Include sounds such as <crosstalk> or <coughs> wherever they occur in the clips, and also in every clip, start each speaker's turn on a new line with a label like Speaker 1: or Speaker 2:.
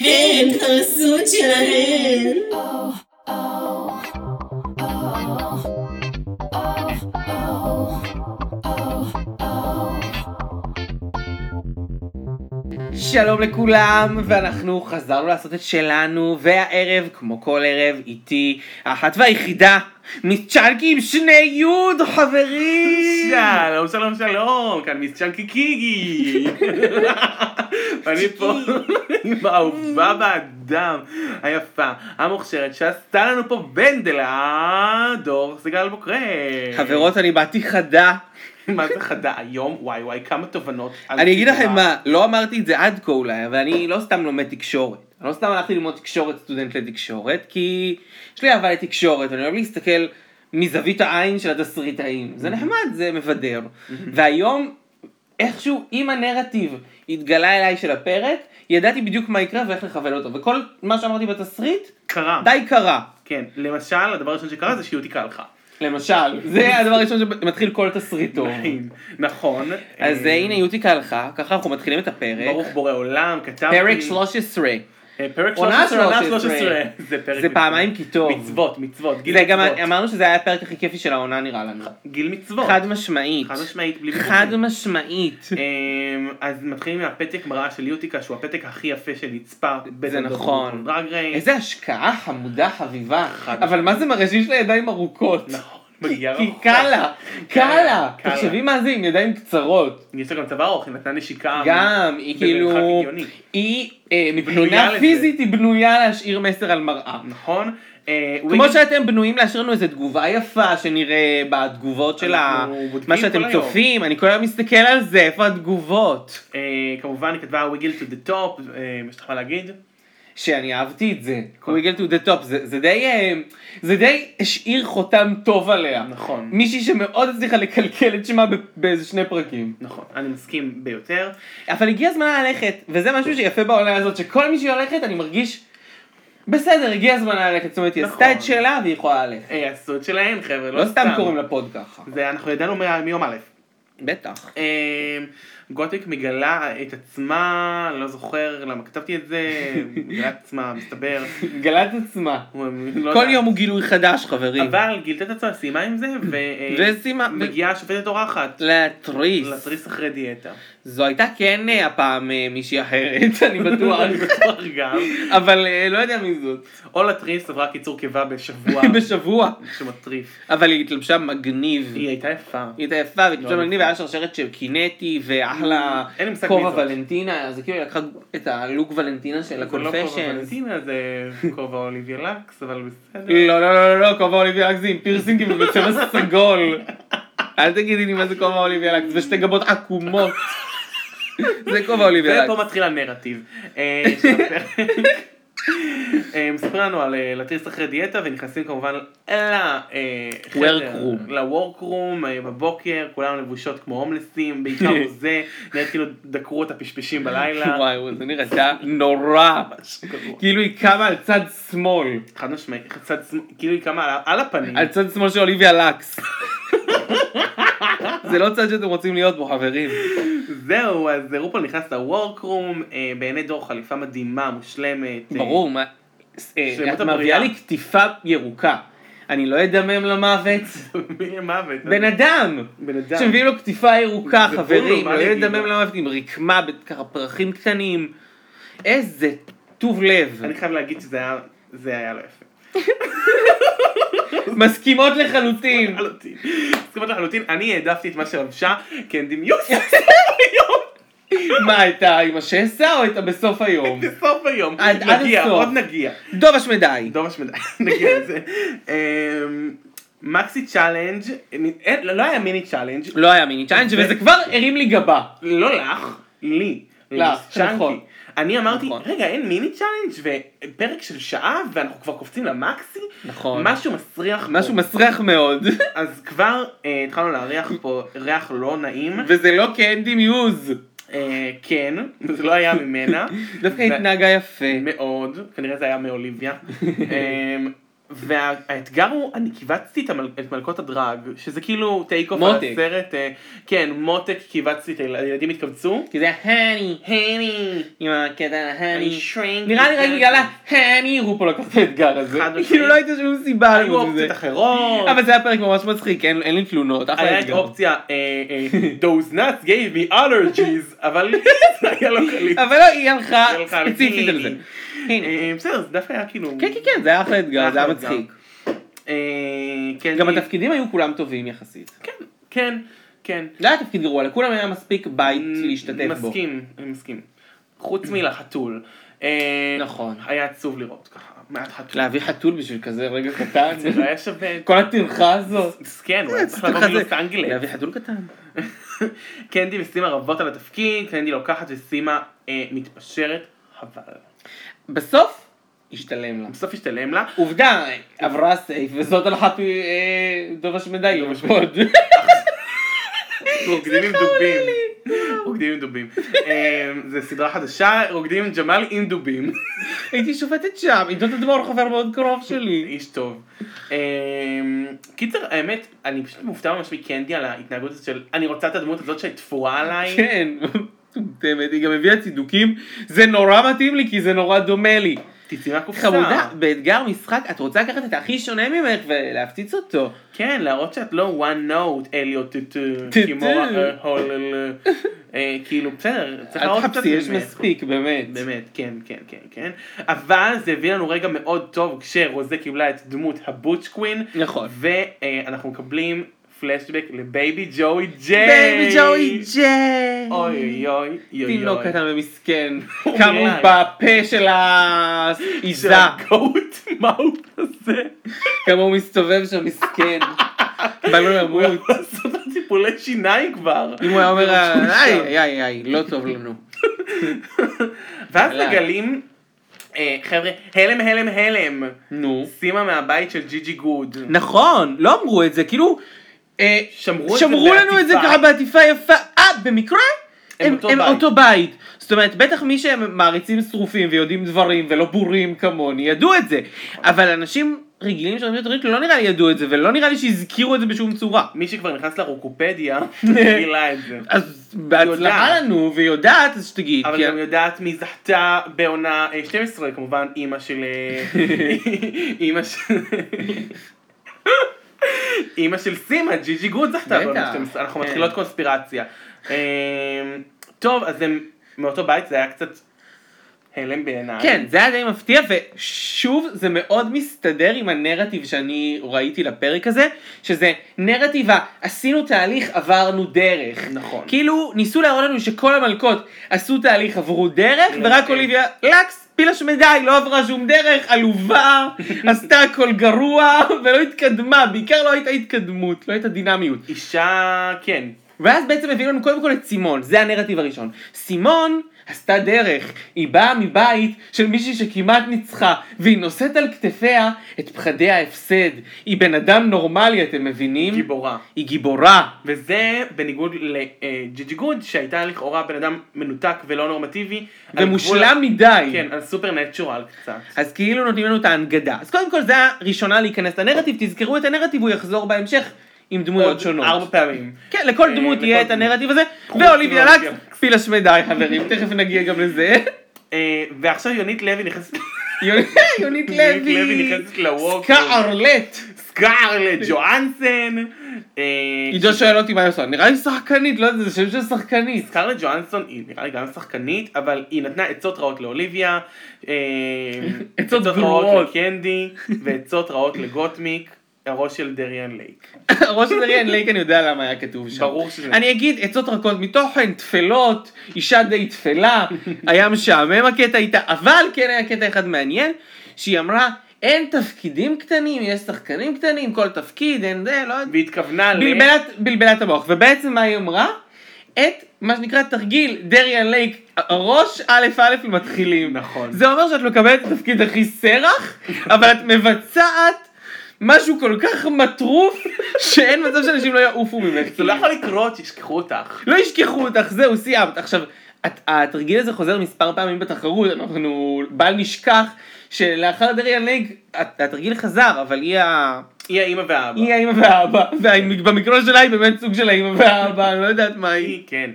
Speaker 1: הן הזוג שלהן.
Speaker 2: שלום לכולם, ואנחנו חזרנו לעשות את שלנו, והערב, כמו כל ערב, איתי האחת והיחידה, מצ'אנקי עם שני יוד, חברים!
Speaker 3: שלום, שלום, שלום, כאן מיס צ'אנקי קיגי. <laughs> אני פה עם האהובה באדם, היפה, המוכשרת, שעשתה לנו פה בנדלה, דור סיגל בוקרי.
Speaker 2: חברות, אני באתי חדה.
Speaker 3: מה זה חדה היום? וואי וואי, כמה תובנות. על
Speaker 2: אני אגיד
Speaker 3: הסדרה.
Speaker 2: לכם מה, לא אמרתי את זה עד כה אולי, אבל אני לא סתם לומד תקשורת. אני לא סתם הלכתי ללמוד תקשורת, סטודנט לתקשורת, כי יש לי אהבה לתקשורת, ואני אוהב להסתכל מזווית העין של התסריטאים. זה נחמד, זה מבדר. והיום, איכשהו, אם הנרטיב התגלה אליי של הפרק, ידעתי בדיוק מה יקרה ואיך לכוון אותו. וכל מה שאמרתי בתסריט,
Speaker 3: קרה.
Speaker 2: די קרה.
Speaker 3: כן, למשל, הדבר הראשון שקרה זה שיוטי קלחה.
Speaker 2: למשל, זה הדבר הראשון שמתחיל כל תסריט <laughs> טוב.
Speaker 3: נכון.
Speaker 2: אז
Speaker 3: אה,
Speaker 2: אה, הנה יוטיקה הלכה, ככה אנחנו מתחילים את הפרק.
Speaker 3: ברוך בורא עולם, כתבתי.
Speaker 2: פרק 13.
Speaker 3: אה, פרק
Speaker 2: עונה
Speaker 3: 13, עונה
Speaker 2: 13.
Speaker 3: 13. זה פרק
Speaker 2: זה פעמיים
Speaker 3: מצוות.
Speaker 2: כי טוב.
Speaker 3: מצוות, מצוות, גיל לא.
Speaker 2: זה גם
Speaker 3: מצוות.
Speaker 2: אמרנו שזה היה הפרק הכי כיפי של העונה נראה לנו.
Speaker 3: גיל מצוות.
Speaker 2: חד משמעית.
Speaker 3: חד משמעית, בלי
Speaker 2: חד
Speaker 3: ויכוחים.
Speaker 2: משמעית.
Speaker 3: אמ, אז מתחילים מהפתק מראה של יוטיקה, שהוא הפתק הכי יפה שנצפה.
Speaker 2: זה נכון.
Speaker 3: דרג רייס.
Speaker 2: איזה השקעה חמודה חביבה.
Speaker 3: חד
Speaker 2: אבל מה זה מראה שיש לה ידיים ארוכות.
Speaker 3: נכון. מגיע
Speaker 2: כי
Speaker 3: רחוק.
Speaker 2: קל לה, קל לה.
Speaker 3: קל לה.
Speaker 2: תחשבי מה זה עם ידיים קצרות.
Speaker 3: יש לה גם צבא ארוך, היא נתנה נשיקה.
Speaker 2: גם, היא
Speaker 3: במרחק
Speaker 2: כאילו,
Speaker 3: הגיוני.
Speaker 2: היא אה,
Speaker 3: בנויה
Speaker 2: מבחינה
Speaker 3: לזה.
Speaker 2: פיזית היא בנויה להשאיר מסר על מראה.
Speaker 3: נכון. אה,
Speaker 2: כמו
Speaker 3: ויגי-
Speaker 2: שאתם בנויים להשאיר לנו איזה תגובה יפה שנראה בתגובות של ה-
Speaker 3: אנחנו בודקים
Speaker 2: מה
Speaker 3: כל
Speaker 2: שאתם
Speaker 3: היום.
Speaker 2: צופים, אני כל היום מסתכל על זה, איפה התגובות?
Speaker 3: אה, כמובן היא כתבה וויגל טו דה טופ, אה, מה שאתה יכול להגיד?
Speaker 2: שאני אהבתי את זה,
Speaker 3: כן.
Speaker 2: וויגל טו דה טופ, זה די, אה, זה די השאיר חותם טוב עליה.
Speaker 3: נכון.
Speaker 2: מישהי שמאוד הצליחה לקלקל את שמה ב- באיזה שני פרקים.
Speaker 3: נכון, אני מסכים ביותר.
Speaker 2: אבל הגיע הזמן ללכת, וזה משהו שיפה בעונה הזאת, שכל מי שהיא הולכת אני מרגיש, בסדר, הגיע הזמן ללכת, זאת אומרת, היא עשתה
Speaker 3: נכון.
Speaker 2: את שלה והיא יכולה ללכת.
Speaker 3: אה, הסוד שלהם חבר'ה,
Speaker 2: לא סתם קוראים לפוד ככה.
Speaker 3: זה אנחנו ידענו מה- מיום א'.
Speaker 2: בטח.
Speaker 3: אמ, גותיק מגלה את עצמה, לא זוכר למה כתבתי את זה, מגלה את עצמה, מסתבר.
Speaker 2: גלת עצמה.
Speaker 3: הוא- לא
Speaker 2: כל
Speaker 3: יודע.
Speaker 2: יום הוא גילוי חדש, חברים.
Speaker 3: אבל אה, גילתה את עצמה, סיימה עם זה,
Speaker 2: וסיימה-
Speaker 3: ומגיעה השופטת אורחת.
Speaker 2: להתריס.
Speaker 3: להתריס אחרי דיאטה.
Speaker 2: זו הייתה כן אה, הפעם אה, מישהי אחרת, <laughs> אני בטוח.
Speaker 3: <laughs> אני בטוח גם.
Speaker 2: אבל אה, לא יודע מי
Speaker 3: <laughs>
Speaker 2: זאת.
Speaker 3: או להתריס עברה קיצור קיבה בשבוע
Speaker 2: <laughs> בשבוע.
Speaker 3: שמטריף.
Speaker 2: אבל היא התלבשה מגניב.
Speaker 3: היא הייתה יפה.
Speaker 2: היא הייתה יפה והתלבשה
Speaker 3: לא
Speaker 2: מגניב,
Speaker 3: יפה.
Speaker 2: והיה שרשרת של קינטי ואחלה
Speaker 3: אין לי מושג מי
Speaker 2: כובע
Speaker 3: זאת.
Speaker 2: ולנטינה, אז היא כאילו לקחה את הלוק ולנטינה של
Speaker 3: זה לא כובע
Speaker 2: הקונפשן.
Speaker 3: ולנטינה, זה כובע אוליביה לקס, אבל בסדר.
Speaker 2: לא, לא, לא, לא, לא, כובע אוליביה לקס זה עם פירסינגים
Speaker 3: <laughs>
Speaker 2: ובצבע סגול. אל תגידי לי מה זה כובע אוליביה לקס, זה שתי גבות עקומות. זה כובע אוליביה לקס.
Speaker 3: ופה מתחיל הנרטיב. אה, של
Speaker 2: <laughs>
Speaker 3: הפרק. אה, מספרים לנו על אה, להתריס אחרי דיאטה ונכנסים כמובן אה,
Speaker 2: Workroom.
Speaker 3: ל-workroom אה, בבוקר, כולם לבושות כמו הומלסים, בעיקר
Speaker 2: <laughs>
Speaker 3: הוא זה, נראה כאילו דקרו את הפשפשים בלילה.
Speaker 2: וואי, וואי, זה נראתה נורא.
Speaker 3: <laughs>
Speaker 2: כאילו היא קמה על צד שמאל,
Speaker 3: חד משמעית, צד שמאל, כאילו היא קמה על- על הפנים.
Speaker 2: על צד שמאל של אוליביה לקס. זה לא צד שאתם רוצים להיות בו,
Speaker 3: <laughs>
Speaker 2: חברים.
Speaker 3: זהו, אז רופול נכנס ל-workroom, אה, בעיני דור חליפה מדהימה, מושלמת. אה,
Speaker 2: ברור, מה... אה,
Speaker 3: שלמות
Speaker 2: את מביאה
Speaker 3: הבריאה.
Speaker 2: לי קטיפה ירוקה. אני לא אדמם למוות.
Speaker 3: <laughs> מי מוות?
Speaker 2: בן אדם!
Speaker 3: בן כן. אדם.
Speaker 2: שמביאים לו קטיפה ירוקה,
Speaker 3: זה בולו,
Speaker 2: חברים,
Speaker 3: מה
Speaker 2: לא
Speaker 3: אני אגיד
Speaker 2: לדמם
Speaker 3: לו?
Speaker 2: למוות עם רקמה, ככה פרחים קטנים. איזה טוב לב.
Speaker 3: אני חייב להגיד שזה היה, זה היה לא יפה.
Speaker 2: מסכימות לחלוטין.
Speaker 3: לחלוטין. מסכימות לחלוטין, אני העדפתי את מה שלבשה קנדי
Speaker 2: <laughs>
Speaker 3: מיוס
Speaker 2: מה, את ה- עם השסע או את ה- בסוף
Speaker 3: <laughs>
Speaker 2: היום?
Speaker 3: בסוף היום.
Speaker 2: עד- עד
Speaker 3: נגיע,
Speaker 2: הסוף.
Speaker 3: עוד נגיע.
Speaker 2: דוב השמדי.
Speaker 3: דוב השמדה, <laughs> נגיע לזה. אמ, מקסי צ'אלנג', אין- לא היה מיני צ'אלנג',
Speaker 2: לא היה מיני צ'אלנג' וזה כבר הרים לי גבה.
Speaker 3: לא לך, לי.
Speaker 2: לך,
Speaker 3: צ'אנקי.
Speaker 2: נכון.
Speaker 3: אני אמרתי,
Speaker 2: נכון.
Speaker 3: רגע, אין מיני צ'אלנג' ופרק של שעה ואנחנו כבר קופצים למקסי?
Speaker 2: נכון.
Speaker 3: משהו מסריח פה.
Speaker 2: משהו מסריח מאוד, <laughs>
Speaker 3: אז כבר אה, התחלנו להריח פה ריח לא נעים.
Speaker 2: וזה לא קנדי מיוז.
Speaker 3: אה, כן, זה לא היה ממנה.
Speaker 2: <laughs> דווקא
Speaker 3: ו-
Speaker 2: היא התנהגה יפה.
Speaker 3: מאוד, כנראה זה היה מאוליביה. אמ, והאתגר הוא, אני כיווצתי את, המל... את מלכות הדרג, שזה כאילו טייק אוף
Speaker 2: מותק.
Speaker 3: על הסרט, אה, כן, מותק כיווצתי את הילד- הילדים התכווצו.
Speaker 2: כי זה הני,
Speaker 3: הני,
Speaker 2: עם הקטע על
Speaker 3: אני
Speaker 2: ההני.
Speaker 3: shrinking.
Speaker 2: נראה לי רק בגלל ההני רופו לקח את האתגר הזה.
Speaker 3: חד משמעית.
Speaker 2: כאילו לא הייתה שום סיבה
Speaker 3: היו
Speaker 2: לעשות את
Speaker 3: אופציות
Speaker 2: זה.
Speaker 3: אחרות.
Speaker 2: אבל זה לא היה פרק ממש מצחיק, אין אין לי תלונות, אחלה
Speaker 3: היה את
Speaker 2: אתגר.
Speaker 3: אופציה, אה,
Speaker 2: <laughs>
Speaker 3: אה, those nuts gave me allergies, אבל <laughs> זה היה לא קליט.
Speaker 2: אבל לא, היא הלכה
Speaker 3: היא הלכה על
Speaker 2: ספציפית על זה.
Speaker 3: הני.
Speaker 2: הנה.
Speaker 3: אה, בסדר, זה דווקא היה כאילו...
Speaker 2: כן, כן, כן, זה היה אחלה אתגר, זה היה
Speaker 3: אחלה אתגר.
Speaker 2: מצחיק.
Speaker 3: אה, כן,
Speaker 2: גם
Speaker 3: היא-
Speaker 2: התפקידים היו כולם טובים יחסית.
Speaker 3: כן, כן, כן.
Speaker 2: לא היה תפקיד גרוע, לכולם היה מספיק בית להשתתף בו.
Speaker 3: מסכים, אני מסכים. חוץ מלחתול. אה,
Speaker 2: נכון.
Speaker 3: היה עצוב לראות ככה, מעט חתול.
Speaker 2: להביא חתול בשביל כזה
Speaker 3: <laughs>
Speaker 2: רגע קטן,
Speaker 3: זה לא היה שווה...
Speaker 2: כל הטרחה הזאת.
Speaker 3: מסכן, הוא היה צריך לבוא
Speaker 2: כזה-
Speaker 3: מלוס אנגלס.
Speaker 2: להביא חתול קטן.
Speaker 3: קנדי וסימה רבות על התפקיד, קנדי לוקחת וסימה אה, מתפשרת, חבל.
Speaker 2: בסוף, השתלם לה.
Speaker 3: בסוף השתלם לה.
Speaker 2: עובדה, עברה סייף, וזאת הלכה פי אה, דובש מדליה.
Speaker 3: <laughs>
Speaker 2: מאוד.
Speaker 3: רוקדים עם דובים.
Speaker 2: לא.
Speaker 3: רוקדים עם דובים. אה, זה סדרה חדשה, רוקדים עם ג'מאל עם דובים. <laughs>
Speaker 2: הייתי שופטת שם, עידות אדמור חבר מאוד קרוב
Speaker 3: <laughs>
Speaker 2: שלי.
Speaker 3: איש טוב. אה, קיצר, האמת, אני פשוט מופתע ממש מקנדי על ההתנהגות הזאת של אני רוצה את הדמות הזאת שתפורה עליי.
Speaker 2: כן, באמת, היא גם הביאה צידוקים, זה נורא מתאים לי כי זה נורא דומה לי.
Speaker 3: תצאי מהקופסה.
Speaker 2: חמודה, באתגר משחק את רוצה לקחת את הכי שונה ממך ולהפציץ אותו.
Speaker 3: כן, להראות שאת לא one note, אליו טוטו,
Speaker 2: <laughs> טוטו.
Speaker 3: כימורה, אה, הולל, אה, כאילו, בסדר, צריך
Speaker 2: אל
Speaker 3: להראות קצת
Speaker 2: תחפשי, יש
Speaker 3: ממך.
Speaker 2: מספיק, באמת.
Speaker 3: באמת, כן, כן, כן, כן. אבל זה הביא לנו רגע מאוד טוב כשרוזה קיבלה את דמות הבוטש קווין.
Speaker 2: נכון.
Speaker 3: ואנחנו מקבלים פלשבק לבייבי ג'וי ג'יי.
Speaker 2: בייבי ג'וי ג'יי.
Speaker 3: אוי אוי אוי אוי
Speaker 2: תינוק
Speaker 3: אוי.
Speaker 2: לא קטן ומסכן.
Speaker 3: הוא
Speaker 2: כמה הוא
Speaker 3: נראה.
Speaker 2: בפה של העיזה.
Speaker 3: של הגוט מאוט הזה. <laughs>
Speaker 2: כמה הוא מסתובב שם <laughs> מסכן. בא לו
Speaker 3: הוא
Speaker 2: למות.
Speaker 3: יכול לעשות לו טיפולי שיניים כבר.
Speaker 2: אם הוא היה אומר,
Speaker 3: שהוא
Speaker 2: איי
Speaker 3: שם.
Speaker 2: איי איי, איי, לא טוב לנו.
Speaker 3: ואז
Speaker 2: אללה.
Speaker 3: מגלים, אה, חבר'ה, הלם הלם הלם.
Speaker 2: נו.
Speaker 3: סימה מהבית של ג'י ג'י גוד.
Speaker 2: נכון, לא אמרו את זה, כאילו... אה,
Speaker 3: שמרו את
Speaker 2: שמרו
Speaker 3: זה
Speaker 2: לנו את זה
Speaker 3: בעטיפה.
Speaker 2: ככה בעטיפה יפה, אה, במקרה?
Speaker 3: הם
Speaker 2: הם,
Speaker 3: אותו
Speaker 2: הם
Speaker 3: בית.
Speaker 2: אותו בית. זאת אומרת, בטח מי שהם מעריצים שרופים ויודעים דברים ולא בורים כמוני, ידעו את זה. אבל אנשים רגילים של ארצות לא נראה לי ידעו את זה, ולא נראה לי שהזכירו את זה בשום צורה.
Speaker 3: מי שכבר
Speaker 2: <laughs>
Speaker 3: נכנס לרוקופדיה, גילה את זה.
Speaker 2: אז בהצלחה
Speaker 3: יודעת.
Speaker 2: לנו, ויודעת, אז שתגיד.
Speaker 3: אבל
Speaker 2: כי-
Speaker 3: גם יודעת מי זכתה בעונה אה, 12 כמובן אימא
Speaker 2: <laughs>
Speaker 3: של אה, אימא של אימא של סימה ג'י ג'י גוד זכתה
Speaker 2: בטח.
Speaker 3: בעונה 12 אנחנו
Speaker 2: כן.
Speaker 3: מתחילות קונספירציה. אה, טוב אז הם מאותו בית זה היה קצת הלם בעיניי.
Speaker 2: כן, זה היה די מפתיע, ושוב, זה מאוד מסתדר עם הנרטיב שאני ראיתי לפרק הזה, שזה נרטיב ה- עשינו תהליך, עברנו דרך.
Speaker 3: נכון.
Speaker 2: כאילו, ניסו להראות לנו שכל המלכות עשו תהליך, עברו דרך, ורק
Speaker 3: אוקיי.
Speaker 2: אוליביה לקס, פילה שמדי, לא עברה שום דרך,
Speaker 3: <laughs>
Speaker 2: עלובה, עשתה הכל גרוע, ולא התקדמה, בעיקר לא הייתה התקדמות, לא הייתה דינמיות.
Speaker 3: אישה כן.
Speaker 2: ואז בעצם הביאו לנו קודם כל את סימון, זה הנרטיב הראשון. סימון עשתה דרך, היא באה מבית של מישהי שכמעט ניצחה, והיא נושאת על כתפיה את פחדי ההפסד. היא בן אדם נורמלי, אתם מבינים?
Speaker 3: גיבורה.
Speaker 2: היא גיבורה.
Speaker 3: וזה בניגוד לג'י ג'י גוד שהייתה לכאורה בן אדם מנותק ולא נורמטיבי. על
Speaker 2: ומושלם
Speaker 3: גבול-
Speaker 2: מדי.
Speaker 3: כן על סופר נטשורל קצת.
Speaker 2: אז כאילו נותנים לנו את ההנגדה. אז קודם כל זה הראשונה להיכנס לנרטיב, תזכרו את הנרטיב, הוא יחזור בהמשך עם דמויות
Speaker 3: עוד
Speaker 2: שונות.
Speaker 3: ארבע פעמים.
Speaker 2: כן, לכל
Speaker 3: אה,
Speaker 2: דמות
Speaker 3: לכל
Speaker 2: יהיה את
Speaker 3: דמות.
Speaker 2: הנרטיב הזה,
Speaker 3: חוץ
Speaker 2: ואוליביה
Speaker 3: מאוליביה
Speaker 2: לקס, פילה שמדי חברים, תכף נגיע גם לזה.
Speaker 3: אה, ועכשיו יונית לוי נכנסת
Speaker 2: <laughs> יונית
Speaker 3: יונית
Speaker 2: לוי.
Speaker 3: לוי נכנסת לווק.
Speaker 2: סקארלט.
Speaker 3: סקארלט ג'ואנסן. אה,
Speaker 2: עידו שואל אותי מה היא עושה, נראה לי שחקנית, לא יודע, זה שם של שחקנית. <laughs>
Speaker 3: סקארלט ג'ואנסון היא נראה לי גם שחקנית, אבל היא נתנה עצות רעות לאוליביה, אה,
Speaker 2: <laughs> עצות גרועות.
Speaker 3: רעות לקנדי, ועצות רעות לגוטמיק, הראש של דריאן לייק.
Speaker 2: ראש של אריאן לייק אני יודע למה היה כתוב שם.
Speaker 3: ברור שזה.
Speaker 2: אני אגיד עצות רכות מתוכן, טפלות, אישה די
Speaker 3: <laughs>
Speaker 2: טפלה, היה משעמם הקטע איתה, אבל כן היה קטע אחד מעניין, שהיא אמרה, אין תפקידים קטנים, יש שחקנים קטנים, כל תפקיד, אין זה, לא יודע.
Speaker 3: והתכוונה ל...
Speaker 2: בלבלה, בלבלה את המוח, ובעצם מה היא אמרה? את מה שנקרא תרגיל דריאן לייק, ראש א' א' למתחילים.
Speaker 3: נכון.
Speaker 2: זה אומר שאת מקבלת את התפקיד הכי סרח, אבל את מבצעת משהו כל כך מטרוף, שאין מצב שאנשים לא יעופו ממך.
Speaker 3: זה לא יכול לקרות, ישכחו אותך.
Speaker 2: לא ישכחו אותך, זהו, סיימת. עכשיו, הת- התרגיל הזה חוזר מספר פעמים בתחרות, אנחנו, בל נשכח שלאחר דריה לייק, הת- התרגיל חזר, אבל היא ה...
Speaker 3: היא האימא והאבא.
Speaker 2: היא האמא והאבא, ובמקרה שלה היא באמת סוג של האמא והאבא, אני לא יודעת מה היא.
Speaker 3: היא, כן.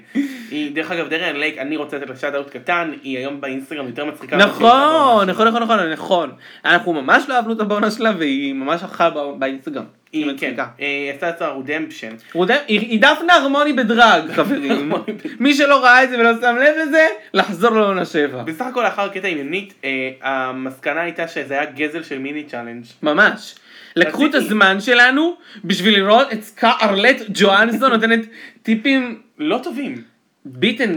Speaker 3: היא, דרך אגב, דריאן לייק, אני רוצה לתת לה שאט אאוט קטן, היא היום באינסטגרם יותר מצחיקה.
Speaker 2: נכון, נכון, נכון, נכון, נכון. אנחנו ממש לא אהבנו את הבעונה שלה והיא ממש הלכה בא- באינסטגרם.
Speaker 3: היא כן,
Speaker 2: מצחיקה.
Speaker 3: אה, עשתה את הרודמפשן.
Speaker 2: רודם- היא היא דפנה הרמוני בדרג,
Speaker 3: <laughs>
Speaker 2: חברים. מי שלא ראה את זה ולא שם לב לזה, לחזור לעונה שבע.
Speaker 3: בסך הכל לאחר קטע עניינית, אה, המסקנה הייתה שזה היה גזל של מיני צ'אלנג'.
Speaker 2: ממש. לקחו את
Speaker 3: רציתי-
Speaker 2: הזמן שלנו בשביל לראות את סקארלט ג'ואנסון נותנת טיפים
Speaker 3: לא טובים.
Speaker 2: ביטן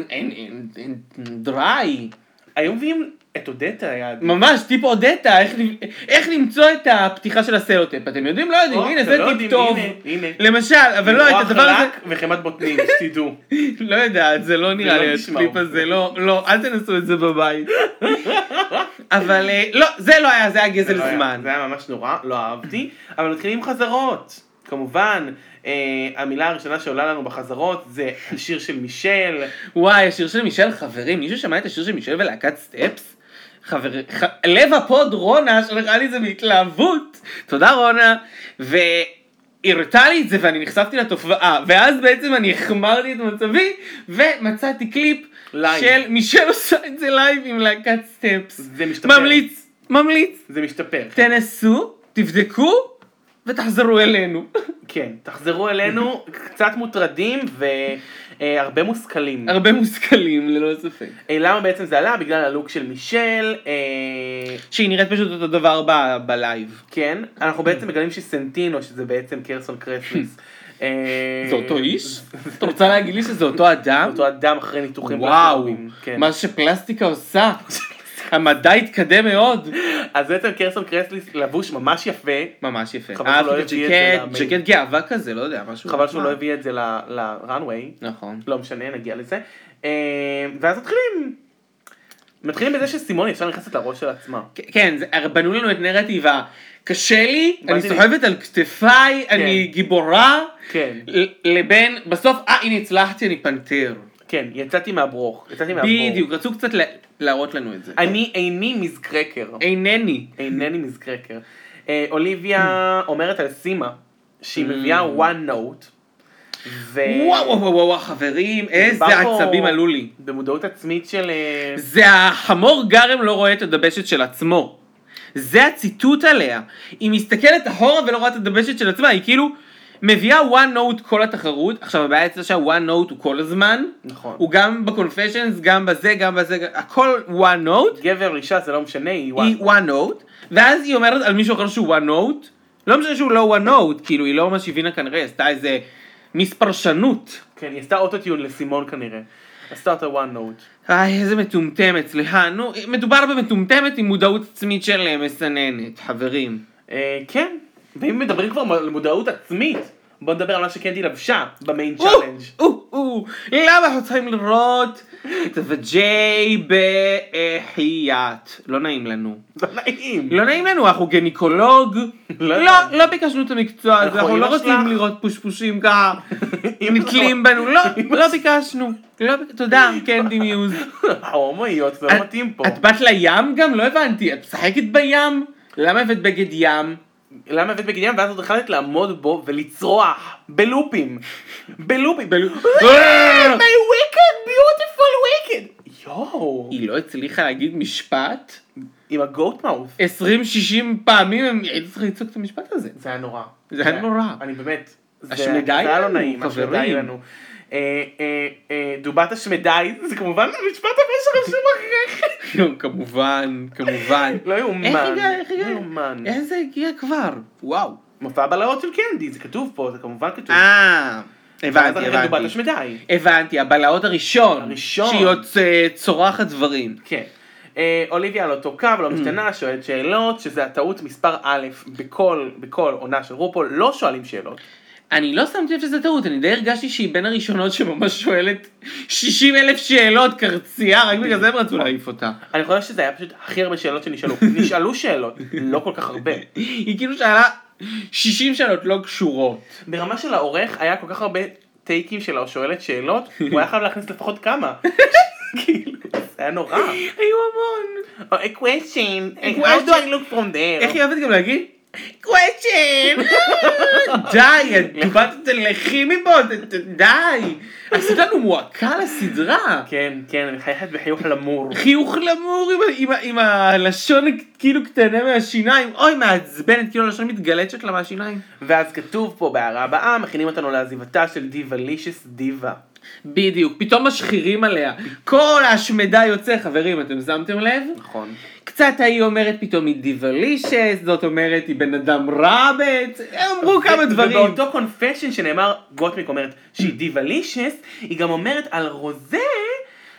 Speaker 2: דריי.
Speaker 3: היו מביאים את אודטה היה...
Speaker 2: ממש, טיפ אודטה, איך, ל- איך למצוא את הפתיחה של הסלוטייפ, אתם יודעים? לא יודעים,
Speaker 3: או,
Speaker 2: הנה
Speaker 3: אתם
Speaker 2: זה
Speaker 3: לא
Speaker 2: טיפ
Speaker 3: יודעים,
Speaker 2: טוב.
Speaker 3: הנה, הנה.
Speaker 2: למשל, אבל לא, את
Speaker 3: מוח
Speaker 2: הדבר הזה,
Speaker 3: חלק וחמת בוטנים, <laughs> שתדעו.
Speaker 2: <laughs> לא יודעת, זה לא נראה
Speaker 3: לא
Speaker 2: לי
Speaker 3: נשמע.
Speaker 2: הטיפ הזה, לא, לא, אל תנסו את זה
Speaker 3: <laughs>
Speaker 2: בבית. אבל אה, לא, זה לא היה, <laughs> זה היה
Speaker 3: זה לא
Speaker 2: גזל
Speaker 3: היה-
Speaker 2: זמן.
Speaker 3: זה היה ממש נורא, לא אהבתי, אבל מתחילים עם חזרות. כמובן, אה, המילה הראשונה שעולה לנו בחזרות זה השיר של מישל.
Speaker 2: וואי, השיר של מישל, חברים, מישהו שמע את השיר של מישל ולהקת סטפס? חבר... ח... לב הפוד רונה שלחה לי את זה בהתלהבות, תודה רונה, והראתה לי את זה ואני נחשפתי לתופעה, ואז בעצם אני החמרתי את מצבי, ומצאתי קליפ
Speaker 3: לייב.
Speaker 2: של מישל עושה את זה לייב עם להקת סטפס.
Speaker 3: זה משתפר.
Speaker 2: ממליץ, ממליץ,
Speaker 3: זה משתפר.
Speaker 2: תנסו, תבדקו, ותחזרו
Speaker 3: <laughs>
Speaker 2: אלינו.
Speaker 3: כן, תחזרו אלינו
Speaker 2: <laughs>
Speaker 3: קצת מוטרדים והרבה מושכלים.
Speaker 2: הרבה מושכלים, ללא ספק.
Speaker 3: אה, למה בעצם זה עלה? בגלל הלוק של מישל, אה,
Speaker 2: שהיא נראית פשוט אותו דבר ב... בלייב.
Speaker 3: כן, אנחנו בעצם מגלים שסנטינו, שזה בעצם קרסון קרסליס. אה,
Speaker 2: <laughs> זה אותו איש? את רוצה להגיד לי שזה אותו אדם?
Speaker 3: אותו אדם אחרי ניתוחים.
Speaker 2: וואו,
Speaker 3: פלסטיים, כן.
Speaker 2: מה שפלסטיקה עושה. המדע התקדם מאוד.
Speaker 3: אז בעצם קרסון קרסליס לבוש ממש יפה,
Speaker 2: ממש יפה.
Speaker 3: חבל שהוא
Speaker 2: אהבתי
Speaker 3: לא
Speaker 2: את
Speaker 3: הביא את זה
Speaker 2: הג'קט,
Speaker 3: לעמי.
Speaker 2: ג'קט גאווה כזה, לא יודע, משהו.
Speaker 3: חבל שהוא לא
Speaker 2: נחמד.
Speaker 3: הביא את זה ל- לראנוויי,
Speaker 2: נכון.
Speaker 3: לא משנה, נגיע לזה. אה, ואז מתחילים. מתחילים בזה שסימון ישר נכנסת לראש של עצמה.
Speaker 2: כ- כן, זה- בנו לנו את נרטיב ה... קשה לי, אני
Speaker 3: באתי לי-
Speaker 2: סוחבת על כתפיי, אני גיבורה,
Speaker 3: כן,
Speaker 2: ל- לבין, בסוף, אה, הנה הצלחתי, אני פנתר.
Speaker 3: כן, יצאתי מהברוך, יצאתי מהברוך.
Speaker 2: בדיוק, רצו קצת לה- להראות לנו את זה.
Speaker 3: אני איני מזקרקר.
Speaker 2: אינני.
Speaker 3: אינני מזקרקר. אה, אוליביה אומרת על סימה שהיא מביאה one note. ו...
Speaker 2: Mm. וואו וואו וואו וואו חברים, איזה
Speaker 3: מדובר פה
Speaker 2: עצבים עלו לי.
Speaker 3: במודעות עצמית של... אה,
Speaker 2: זה החמור גרם לא רואה את הדבשת של עצמו. זה הציטוט עליה. היא מסתכלת אחורה ולא רואה את הדבשת של עצמה, היא כאילו מביאה one note כל התחרות. עכשיו הבעיה אצלה שה-one note הוא כל הזמן.
Speaker 3: נכון.
Speaker 2: הוא גם ב-confessions, גם בזה, גם בזה, גם- הכל one note.
Speaker 3: גבר, אישה, זה לא משנה, היא
Speaker 2: היא
Speaker 3: one.
Speaker 2: one note, ואז היא אומרת על מישהו אחר שהוא one note. לא משנה שהוא לא one note, כאילו היא לא ממש הבינה כנראה, עשתה איזה מספרשנות.
Speaker 3: כן, היא עשתה אוטוטיון לסימון כנראה. עשתה אותה one note.
Speaker 2: איי, איזה מטומטמת, סליחה, נו, מדובר במטומטמת עם מודעות עצמית של אה, מסננת, חברים.
Speaker 3: אה, כן, ואם מדברים כבר על מודעות עצמית, בוא נדבר על מה שקנדי לבשה במיין
Speaker 2: או,
Speaker 3: צ'אלנג'.
Speaker 2: או, או, למה אנחנו צריכים לראות את הווג'יי בחייאת? לא נעים לנו.
Speaker 3: לא נעים.
Speaker 2: לא נעים לנו, אנחנו גניקולוג.
Speaker 3: לא.
Speaker 2: לא, לא ביקשנו את המקצוע הזה,
Speaker 3: אנחנו
Speaker 2: אנחנו לא
Speaker 3: אמא
Speaker 2: רוצים
Speaker 3: שלך.
Speaker 2: לראות פושפושים
Speaker 3: <laughs>
Speaker 2: ככה.
Speaker 3: אמא
Speaker 2: נתלים בנו, לא, לא ביקשנו. לא, תודה, קנדי מיוז.
Speaker 3: <laughs> ההומואיות, זה לא מתאים פה.
Speaker 2: את באת לים גם? לא הבנתי, את משחקת בים? למה הבאת בגד ים?
Speaker 3: למה הבאת בגד ים ואז עוד החלטת לעמוד בו ולצרוח בלופים. בלופים. <laughs>
Speaker 2: אה!
Speaker 3: My wicked beautiful wicked. יואו.
Speaker 2: היא לא הצליחה להגיד משפט?
Speaker 3: עם הגוט מאוף.
Speaker 2: 20-60 פעמים הם הייתי צריך לצעוק את המשפט הזה.
Speaker 3: זה היה נורא. כן.
Speaker 2: זה היה נורא.
Speaker 3: אני באמת. זה-
Speaker 2: השמדי
Speaker 3: זה היה לא
Speaker 2: לנו,
Speaker 3: נעים,
Speaker 2: חברים.
Speaker 3: השמדי לנו. אה, אה, אה, דובת השמדי, זה כמובן המשפט הבא שרשום אחרי כן.
Speaker 2: לא, כמובן, כמובן.
Speaker 3: לא יאומן.
Speaker 2: איך הגיע, איך הגיע?
Speaker 3: לא יאומן.
Speaker 2: איזה הגיע כבר? וואו.
Speaker 3: מופע בלהות של קנדי, זה כתוב פה, זה כמובן כתוב.
Speaker 2: אה,
Speaker 3: ואז
Speaker 2: הבנתי,
Speaker 3: אחרי דובת
Speaker 2: הבנתי.
Speaker 3: השמדי.
Speaker 2: הבנתי, הבלהות הראשון.
Speaker 3: הראשון.
Speaker 2: שהיא עוד אה, צורחת דברים.
Speaker 3: כן. אה, אוליביה על אותו קו, לא משתנה, שואלת שאלות, שזה הטעות מספר א' בכל, בכל עונה של רופול, לא שואלים שאלות.
Speaker 2: אני לא שמתי לב שזה טעות, אני די הרגשתי שהיא בין הראשונות שממש שואלת 60 אלף שאלות קרצייה, רק בגלל זה הם רצו להעיף אותה.
Speaker 3: אני חושב שזה היה פשוט הכי הרבה שאלות שנשאלו. <laughs> נשאלו שאלות, לא כל כך הרבה.
Speaker 2: היא כאילו שאלה 60 שאלות לא קשורות.
Speaker 3: ברמה של העורך היה כל כך הרבה טייקים של השואלת שאלות, הוא היה חייב להכניס לפחות כמה. <laughs> כאילו, זה היה נורא.
Speaker 2: היו המון.
Speaker 3: Oh, a question,
Speaker 2: A question.
Speaker 3: look from there?
Speaker 2: איך היא אוהבת גם להגיד? קוואצ'ן! די, את תגובת תלכי מפה, ת- ת- די. עשית לנו מועקה לסדרה.
Speaker 3: כן, כן, אני חייכת בחיוך למור.
Speaker 2: חיוך למור עם, ה- עם, ה- עם הלשון כאילו קטנה מהשיניים, אוי מעצבנת, כאילו הלשון מתגלצת לה מהשיניים.
Speaker 3: ואז כתוב פה בהערה הבאה, מכינים אותנו לעזיבתה של דיווה לישס דיווה.
Speaker 2: בדיוק, פתאום משחירים עליה. כל ההשמדה יוצא, חברים, אתם שמתם לב?
Speaker 3: נכון.
Speaker 2: קצת ההיא אומרת פתאום היא דיוולישס, זאת אומרת היא בן אדם רע בעצם, אמרו כמה
Speaker 3: ו-
Speaker 2: דברים.
Speaker 3: ובאותו קונפשן שנאמר, גוטמיק אומרת שהיא דיווה לישס, היא גם אומרת על רוזה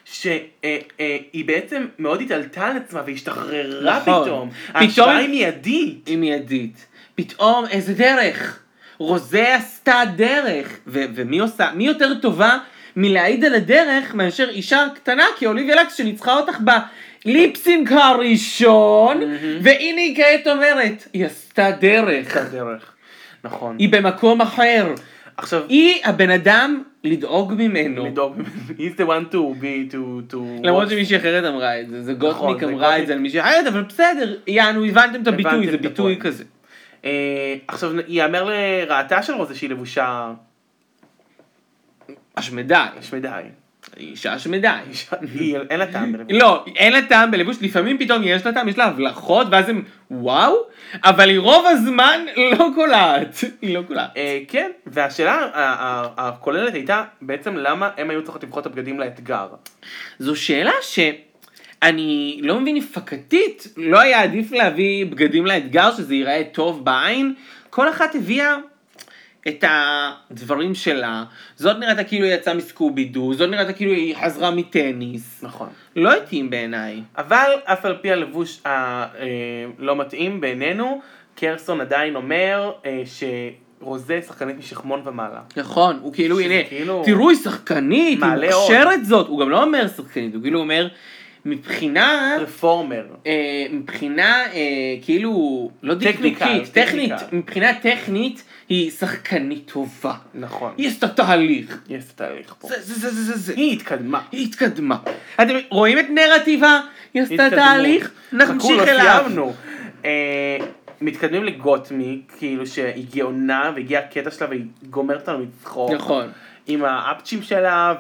Speaker 3: שהיא בעצם מאוד התעלתה על עצמה והשתחררה
Speaker 2: נכון. פתאום-
Speaker 3: פתאום. ההשפעה היא מיידית.
Speaker 2: היא מיידית. פתאום איזה דרך. רוזה עשתה דרך. ו- ומי עושה, מי יותר טובה מלהעיד על הדרך מאשר אישה קטנה כאוליביה לקס שניצחה אותך בליפסינק הראשון, והנה היא כעת אומרת, היא עשתה דרך.
Speaker 3: הדרך. נכון.
Speaker 2: היא במקום אחר.
Speaker 3: עכשיו,
Speaker 2: היא הבן אדם לדאוג ממנו.
Speaker 3: <laughs> לדאוג, he's the one to be, to, to...
Speaker 2: למרות שמישהי אחרת אמרה את זה, זה גוטניק
Speaker 3: נכון, זה
Speaker 2: אמרה את
Speaker 3: גוטניק.
Speaker 2: זה על מישהי אחרת, אבל בסדר, יענו, הבנתם את הביטוי,
Speaker 3: הבנתם
Speaker 2: זה
Speaker 3: את
Speaker 2: ביטוי
Speaker 3: הפואנטה.
Speaker 2: כזה.
Speaker 3: אה, עכשיו, ייאמר לרעתה של רוזה שהיא לבושה
Speaker 2: השמדה,
Speaker 3: שמדי.
Speaker 2: היא אישה שמדה.
Speaker 3: היא, אין לה טעם בלבוש.
Speaker 2: לא, אין לה טעם בלבוש, לפעמים פתאום יש לה טעם, יש לה הבלחות, ואז הם וואו, אבל היא רוב הזמן לא קולעת. היא לא קולעת.
Speaker 3: אה, כן, והשאלה ה- ה- ה- הכוללת הייתה בעצם למה הם היו צריכות לבחור את הבגדים לאתגר.
Speaker 2: זו שאלה שאני לא מבין אם פקתית, לא היה עדיף להביא בגדים לאתגר, שזה ייראה טוב בעין? כל אחת הביאה את הדברים שלה, זאת נראית כאילו היא יצאה מסקובי דו, זאת נראית כאילו היא חזרה מטניס.
Speaker 3: נכון.
Speaker 2: לא התאים בעיניי.
Speaker 3: אבל אף על פי הלבוש הלא מתאים בעינינו, קרסון עדיין אומר אה, שרוזה שחקנית משכמון ומעלה.
Speaker 2: נכון, הוא כאילו,
Speaker 3: שזה
Speaker 2: הנה,
Speaker 3: כאילו-
Speaker 2: תראו, היא שחקנית, היא
Speaker 3: מעלה
Speaker 2: מוכשרת זאת, הוא גם לא אומר שחקנית, הוא כאילו אומר, מבחינה...
Speaker 3: רפורמר.
Speaker 2: אה, מבחינה אה, כאילו, לא
Speaker 3: טכניקה,
Speaker 2: דקדוקית, טכנית,
Speaker 3: טכניקה.
Speaker 2: מבחינה טכנית היא שחקנית טובה.
Speaker 3: נכון.
Speaker 2: היא עשתה תהליך.
Speaker 3: יש את התהליך פה.
Speaker 2: זה זה זה זה זה זה.
Speaker 3: היא התקדמה.
Speaker 2: היא התקדמה. אתם רואים את נרטיבה? היא עשתה
Speaker 3: התקדמו.
Speaker 2: תהליך,
Speaker 3: חכו,
Speaker 2: נמשיך
Speaker 3: לא
Speaker 2: אליו.
Speaker 3: סיימנו. אה, מתקדמים לגוטמי, כאילו שהיא גאונה והגיע הקטע שלה והיא גומרת אותנו מצחוק.
Speaker 2: נכון.
Speaker 3: עם האפצ'ים שלה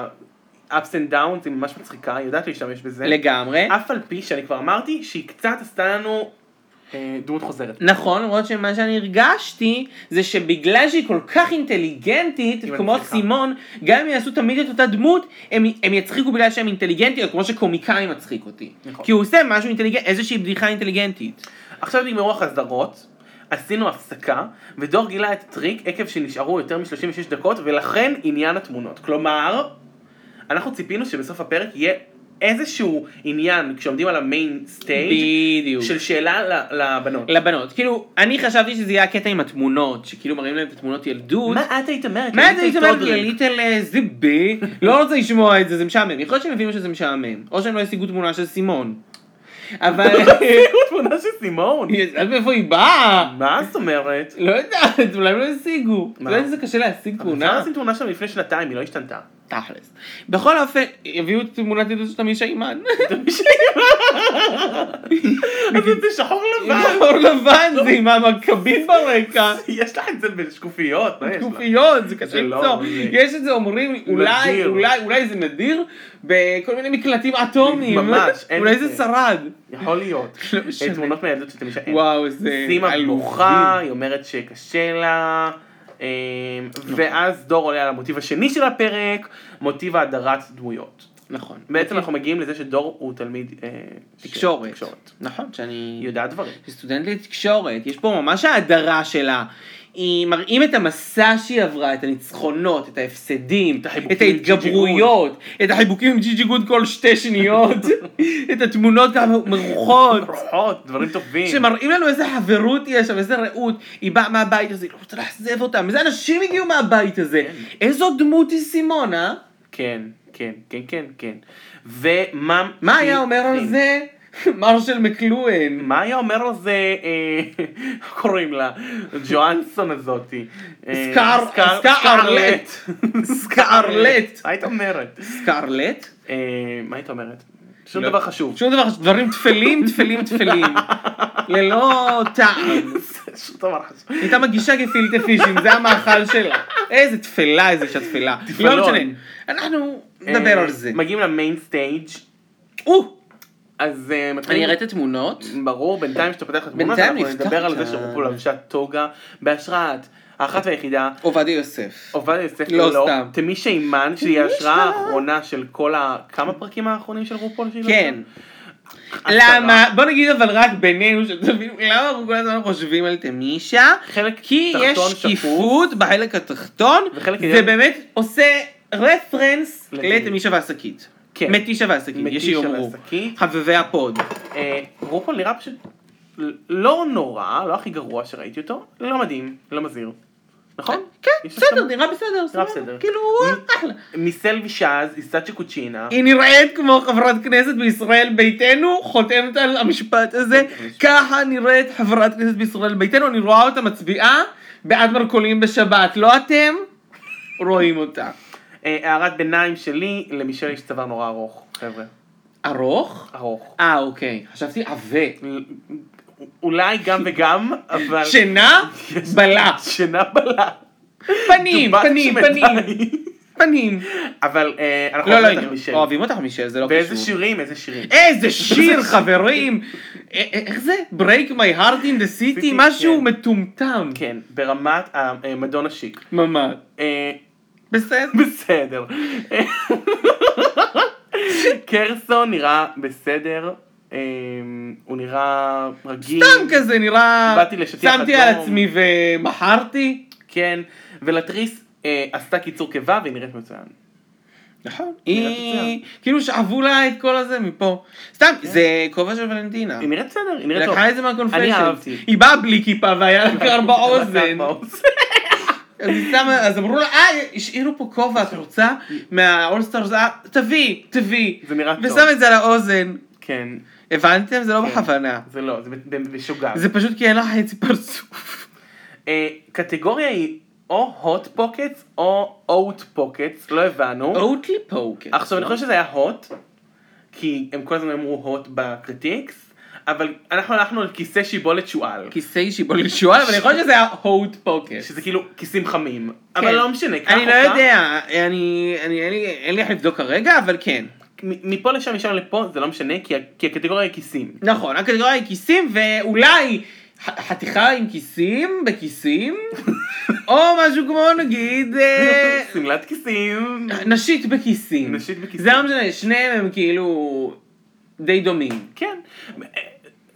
Speaker 3: וה-ups and downs, היא ממש מצחיקה, היא יודעת להשתמש בזה.
Speaker 2: לגמרי.
Speaker 3: אף על פי שאני כבר אמרתי שהיא קצת עשתה לנו אה, דמות חוזרת.
Speaker 2: נכון, למרות שמה שאני הרגשתי זה שבגלל שהיא כל כך אינטליגנטית,
Speaker 3: היא
Speaker 2: כמו
Speaker 3: מצליחה.
Speaker 2: סימון, גם אם יעשו תמיד את אותה דמות, הם, הם יצחיקו בגלל שהם אינטליגנטיות, כמו שקומיקאי מצחיק אותי.
Speaker 3: נכון.
Speaker 2: כי הוא עושה משהו אינטליגנט, איזושהי בדיחה אינטליגנטית.
Speaker 3: עכשיו נגמרו החזרות, עשינו הפסקה, ודור גילה את הטריק עקב שנשארו יותר מ-36 דקות, ולכן עניין התמונות. כלומר, אנחנו ציפינו שבסוף הפרק יהיה איזשהו עניין, כשעומדים על המיין סטייג',
Speaker 2: בדיוק.
Speaker 3: של שאלה ל- לבנות.
Speaker 2: לבנות. כאילו, אני חשבתי שזה יהיה הקטע עם התמונות, שכאילו מראים להם את התמונות ילדות.
Speaker 3: מה את היית אומרת?
Speaker 2: מה את
Speaker 3: לליטל
Speaker 2: היית אומרת
Speaker 3: טודריק?
Speaker 2: לליטל אה, זה בי? לא רוצה לשמוע את זה, זה משעמם. יכול להיות שהם הבינו שזה משעמם. או שהם לא השיגו תמונה של סימון.
Speaker 3: <laughs>
Speaker 2: אבל...
Speaker 3: לא, תמונה של סימון.
Speaker 2: אז מאיפה היא באה?
Speaker 3: מה זאת אומרת?
Speaker 2: לא יודעת, אולי הם לא השיגו.
Speaker 3: מה?
Speaker 2: אולי זה קשה להשיג
Speaker 3: אבל אפשר
Speaker 2: תמונה.
Speaker 3: לשים תמונה שם לפני שנתיים, היא לא השתנתה.
Speaker 2: תכלס. בכל אופן, הביאו את תמונת ידוד של תמי שיימן.
Speaker 3: <laughs> אז זה שחור לבן.
Speaker 2: שחור לבן זה עם המכבים ברקע.
Speaker 3: יש לך את <laughs> זה בשקופיות, מה יש לך?
Speaker 2: שקופיות, זה קשה
Speaker 3: זה לא
Speaker 2: למצוא.
Speaker 3: עולה.
Speaker 2: יש את זה אומרים, אולי,
Speaker 3: נדיר.
Speaker 2: אולי, אולי זה נדיר, בכל מיני מקלטים אטומיים.
Speaker 3: ממש, אין אה,
Speaker 2: אולי
Speaker 3: את
Speaker 2: זה
Speaker 3: זה.
Speaker 2: שרד.
Speaker 3: יכול להיות.
Speaker 2: לא
Speaker 3: אה,
Speaker 2: משנה.
Speaker 3: תמונות מהילדות שאתם משען.
Speaker 2: וואו, איזה...
Speaker 3: סימה
Speaker 2: עלובים.
Speaker 3: בוכה, היא אומרת שקשה לה. אה,
Speaker 2: לא.
Speaker 3: ואז דור עולה על המוטיב השני של הפרק, מוטיב האדרת דמויות.
Speaker 2: נכון.
Speaker 3: בעצם אנחנו מגיעים לזה שדור הוא תלמיד אה, של
Speaker 2: תקשורת.
Speaker 3: תקשורת.
Speaker 2: נכון, שאני...
Speaker 3: היא יודעת דברים.
Speaker 2: היא סטודנט לתקשורת, יש פה ממש ההדרה שלה. היא מראים את המסע שהיא עברה, את הניצחונות, את ההפסדים,
Speaker 3: החיבוקים
Speaker 2: את
Speaker 3: עם ג'י ג'י
Speaker 2: ההתגברויות, את החיבוקים עם ג'י ג'י גוד כל שתי שניות,
Speaker 3: <laughs>
Speaker 2: את התמונות המרוחות.
Speaker 3: רוחות, דברים טובים.
Speaker 2: שמראים לנו איזה חברות יש שם, איזה רעות, היא באה מהבית הזה, היא לא רוצה לאכזב אותם, איזה אנשים הגיעו מהבית הזה, איזו דמות היא סימון, אה?
Speaker 3: כן, כן, כן, כן, כן. ומה...
Speaker 2: מה היה אומר
Speaker 3: כן.
Speaker 2: על זה <laughs> מרשל מקלואן?
Speaker 3: מה היה אומר על זה, אה, איך קוראים לה, ג'ואנסון הזאתי. אה,
Speaker 2: סקאר- <laughs> סקארלט. סקארלט.
Speaker 3: מה היית אומרת?
Speaker 2: סקארלט?
Speaker 3: אה, מה היית אומרת? שום
Speaker 2: לא.
Speaker 3: דבר חשוב. <laughs>
Speaker 2: שום דבר, דברים טפלים, טפלים, <laughs> טפלים. ללא טעם.
Speaker 3: שום דבר חשוב.
Speaker 2: הייתה מגישה גפילטה פישים, זה המאכל שלה. איזה טפלה, איזה אישה טפלה.
Speaker 3: טפלון.
Speaker 2: לא משנה. אנחנו נדבר
Speaker 3: אה,
Speaker 2: על זה.
Speaker 3: מגיעים למיין סטייג',
Speaker 2: או,
Speaker 3: אז אה, מתחילים...
Speaker 2: אני אראה את התמונות.
Speaker 3: ברור, בינתיים שאתה פותח את התמונה,
Speaker 2: בינתיים
Speaker 3: אנחנו
Speaker 2: נפתח
Speaker 3: נדבר על
Speaker 2: אותה.
Speaker 3: זה שרופול לבשה טוגה בהשראת האחת והיחידה.
Speaker 2: עובדיה יוסף.
Speaker 3: עובדיה יוסף
Speaker 2: לא סתם.
Speaker 3: תמי שיימן, שהיא ההשראה האחרונה של כל ה... כמה פרקים האחרונים של רופול? שהיא
Speaker 2: כן.
Speaker 3: לבשה? עשרה.
Speaker 2: למה, בוא נגיד אבל רק בינינו, שתבינו, למה אנחנו כל הזמן חושבים על תמישה?
Speaker 3: חלק
Speaker 2: כי יש
Speaker 3: תחתון שקוף.
Speaker 2: שקיפות בחלק התחתון,
Speaker 3: וחלק
Speaker 2: זה
Speaker 3: עליון.
Speaker 2: באמת עושה רפרנס
Speaker 3: לתמישה.
Speaker 2: לתמישה והשקית.
Speaker 3: כן.
Speaker 2: מתישה והשקית, יש
Speaker 3: מתישה
Speaker 2: שיאמרו.
Speaker 3: והשקית.
Speaker 2: חבבי הפוד.
Speaker 3: אה, רופול נראה פשוט לא נורא, לא הכי גרוע שראיתי אותו, לא מדהים, לא מזהיר. נכון?
Speaker 2: כן,
Speaker 3: יש
Speaker 2: בסדר,
Speaker 3: הסכמה?
Speaker 2: נראה בסדר, סבבה.
Speaker 3: בסדר.
Speaker 2: כאילו, וואו,
Speaker 3: מ-
Speaker 2: אחלה.
Speaker 3: מיסל וישאז, איסטצ'ה קוצ'ינה.
Speaker 2: היא נראית כמו חברת כנסת בישראל ביתנו, חותמת על המשפט הזה, ככה נראית חברת כנסת בישראל ביתנו, אני רואה אותה מצביעה בעד מרכולים בשבת, לא אתם? רואים אותה.
Speaker 3: אה, הערת ביניים שלי, למישל יש צוואר נורא ארוך, חבר'ה.
Speaker 2: ארוך?
Speaker 3: ארוך.
Speaker 2: אה, אוקיי, חשבתי עבה.
Speaker 3: ל- אולי גם וגם, אבל...
Speaker 2: שינה? בלה.
Speaker 3: שינה בלה.
Speaker 2: פנים,
Speaker 3: דובה
Speaker 2: פנים,
Speaker 3: שמדי.
Speaker 2: פנים, פנים.
Speaker 3: אבל אה, אנחנו
Speaker 2: לא, לא,
Speaker 3: אוהבים אותך,
Speaker 2: עניין.
Speaker 3: מישל.
Speaker 2: אוהבים אה. אותך מישל, זה לא
Speaker 3: ואיזה
Speaker 2: קשור.
Speaker 3: שירים, איזה שירים. <laughs>
Speaker 2: איזה שיר, חברים! א- א- איך זה? break my heart in the city?
Speaker 3: City,
Speaker 2: משהו
Speaker 3: כן.
Speaker 2: מטומטם.
Speaker 3: כן, ברמת המדון השיק.
Speaker 2: ממש.
Speaker 3: אה,
Speaker 2: בסדר.
Speaker 3: <laughs> בסדר. קרסון נראה בסדר, אה, הוא נראה רגיל.
Speaker 2: סתם כזה נראה...
Speaker 3: באתי לשטיח
Speaker 2: שמתי
Speaker 3: אדום.
Speaker 2: על עצמי ומכרתי.
Speaker 3: כן, ולתריס אה, עשתה קיצור קיבה והיא נראית מצוין.
Speaker 2: נכון.
Speaker 3: נראה
Speaker 2: היא... כאילו שאבו לה את כל הזה מפה. סתם, זה כובע של ולנטינה.
Speaker 3: כן. היא נראית בסדר, היא
Speaker 2: היא
Speaker 3: נראית טוב.
Speaker 2: לקחה את זה
Speaker 3: אני
Speaker 2: מהקונפשן.
Speaker 3: אהבתי.
Speaker 2: היא באה בלי כיפה והיה לה קר באוזן.
Speaker 3: באוזן.
Speaker 2: אז היא שמה, אז אמרו לה, אה, השאירו פה כובע, את רוצה? מהאולסטארס, אה, תביא, תביא.
Speaker 3: זה נראה טוב.
Speaker 2: ושם את זה על האוזן.
Speaker 3: כן,
Speaker 2: הבנתם? זה לא בכוונה.
Speaker 3: זה לא, זה ב- ב- בשוגג.
Speaker 2: זה פשוט כי אין לה חצי פרצוף.
Speaker 3: אה, קטגוריה היא או hot pockets או oat pockets, לא הבנו.
Speaker 2: אוטלי פוקר. לא?
Speaker 3: עכשיו אני חושב שזה היה הוט, כי הם כל הזמן אמרו הוט בקריטיקס, אבל אנחנו הלכנו על כיסא שיבולת שועל,
Speaker 2: כיסא שיבולת שועל, אבל אני חושב שזה היה הוט פוקר.
Speaker 3: שזה כאילו כיסים חמים,
Speaker 2: כן.
Speaker 3: אבל לא משנה, קח
Speaker 2: אני לא
Speaker 3: אותה.
Speaker 2: יודע, אני, אני, אין לי- אין לי איך לבדוק כרגע, אבל כן.
Speaker 3: מ- מפה לשם, משם לפה, זה לא משנה, כי ה- כי הקטגוריה היא כיסים.
Speaker 2: נכון, הקטגוריה היא כיסים, ואולי ח- חתיכה עם כיסים,
Speaker 3: <laughs>
Speaker 2: בכיסים, או משהו כמו נגיד...
Speaker 3: <laughs>
Speaker 2: אה,
Speaker 3: שמלת כיסים.
Speaker 2: נשית בכיסים.
Speaker 3: נשית בכיסים.
Speaker 2: זה לא משנה, שניהם הם כאילו די דומים.
Speaker 3: כן.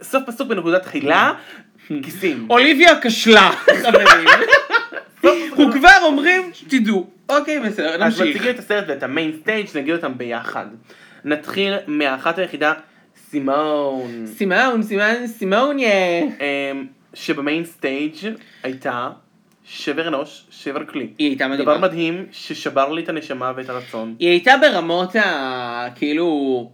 Speaker 3: סוף פסוק בנקודת תחילה,
Speaker 2: כן.
Speaker 3: כיסים.
Speaker 2: אוליביה כשלה, <laughs>
Speaker 3: <laughs>
Speaker 2: חברים. אנחנו כבר אומרים, שתדעו. אוקיי, בסדר,
Speaker 3: אז
Speaker 2: נמשיך.
Speaker 3: מציגים את הסרט ואת המיין סטייג', נגיד אותם ביחד. נתחיל מהאחת היחידה, סימון.
Speaker 2: סימון, סימון, סימוניה.
Speaker 3: אמ, שבמיין סטייג' הייתה שבר אנוש, שבר כלי.
Speaker 2: היא הייתה
Speaker 3: דבר
Speaker 2: מדהימה.
Speaker 3: מדהים ששבר לי את הנשמה ואת הרצון.
Speaker 2: היא הייתה ברמות ה... כאילו...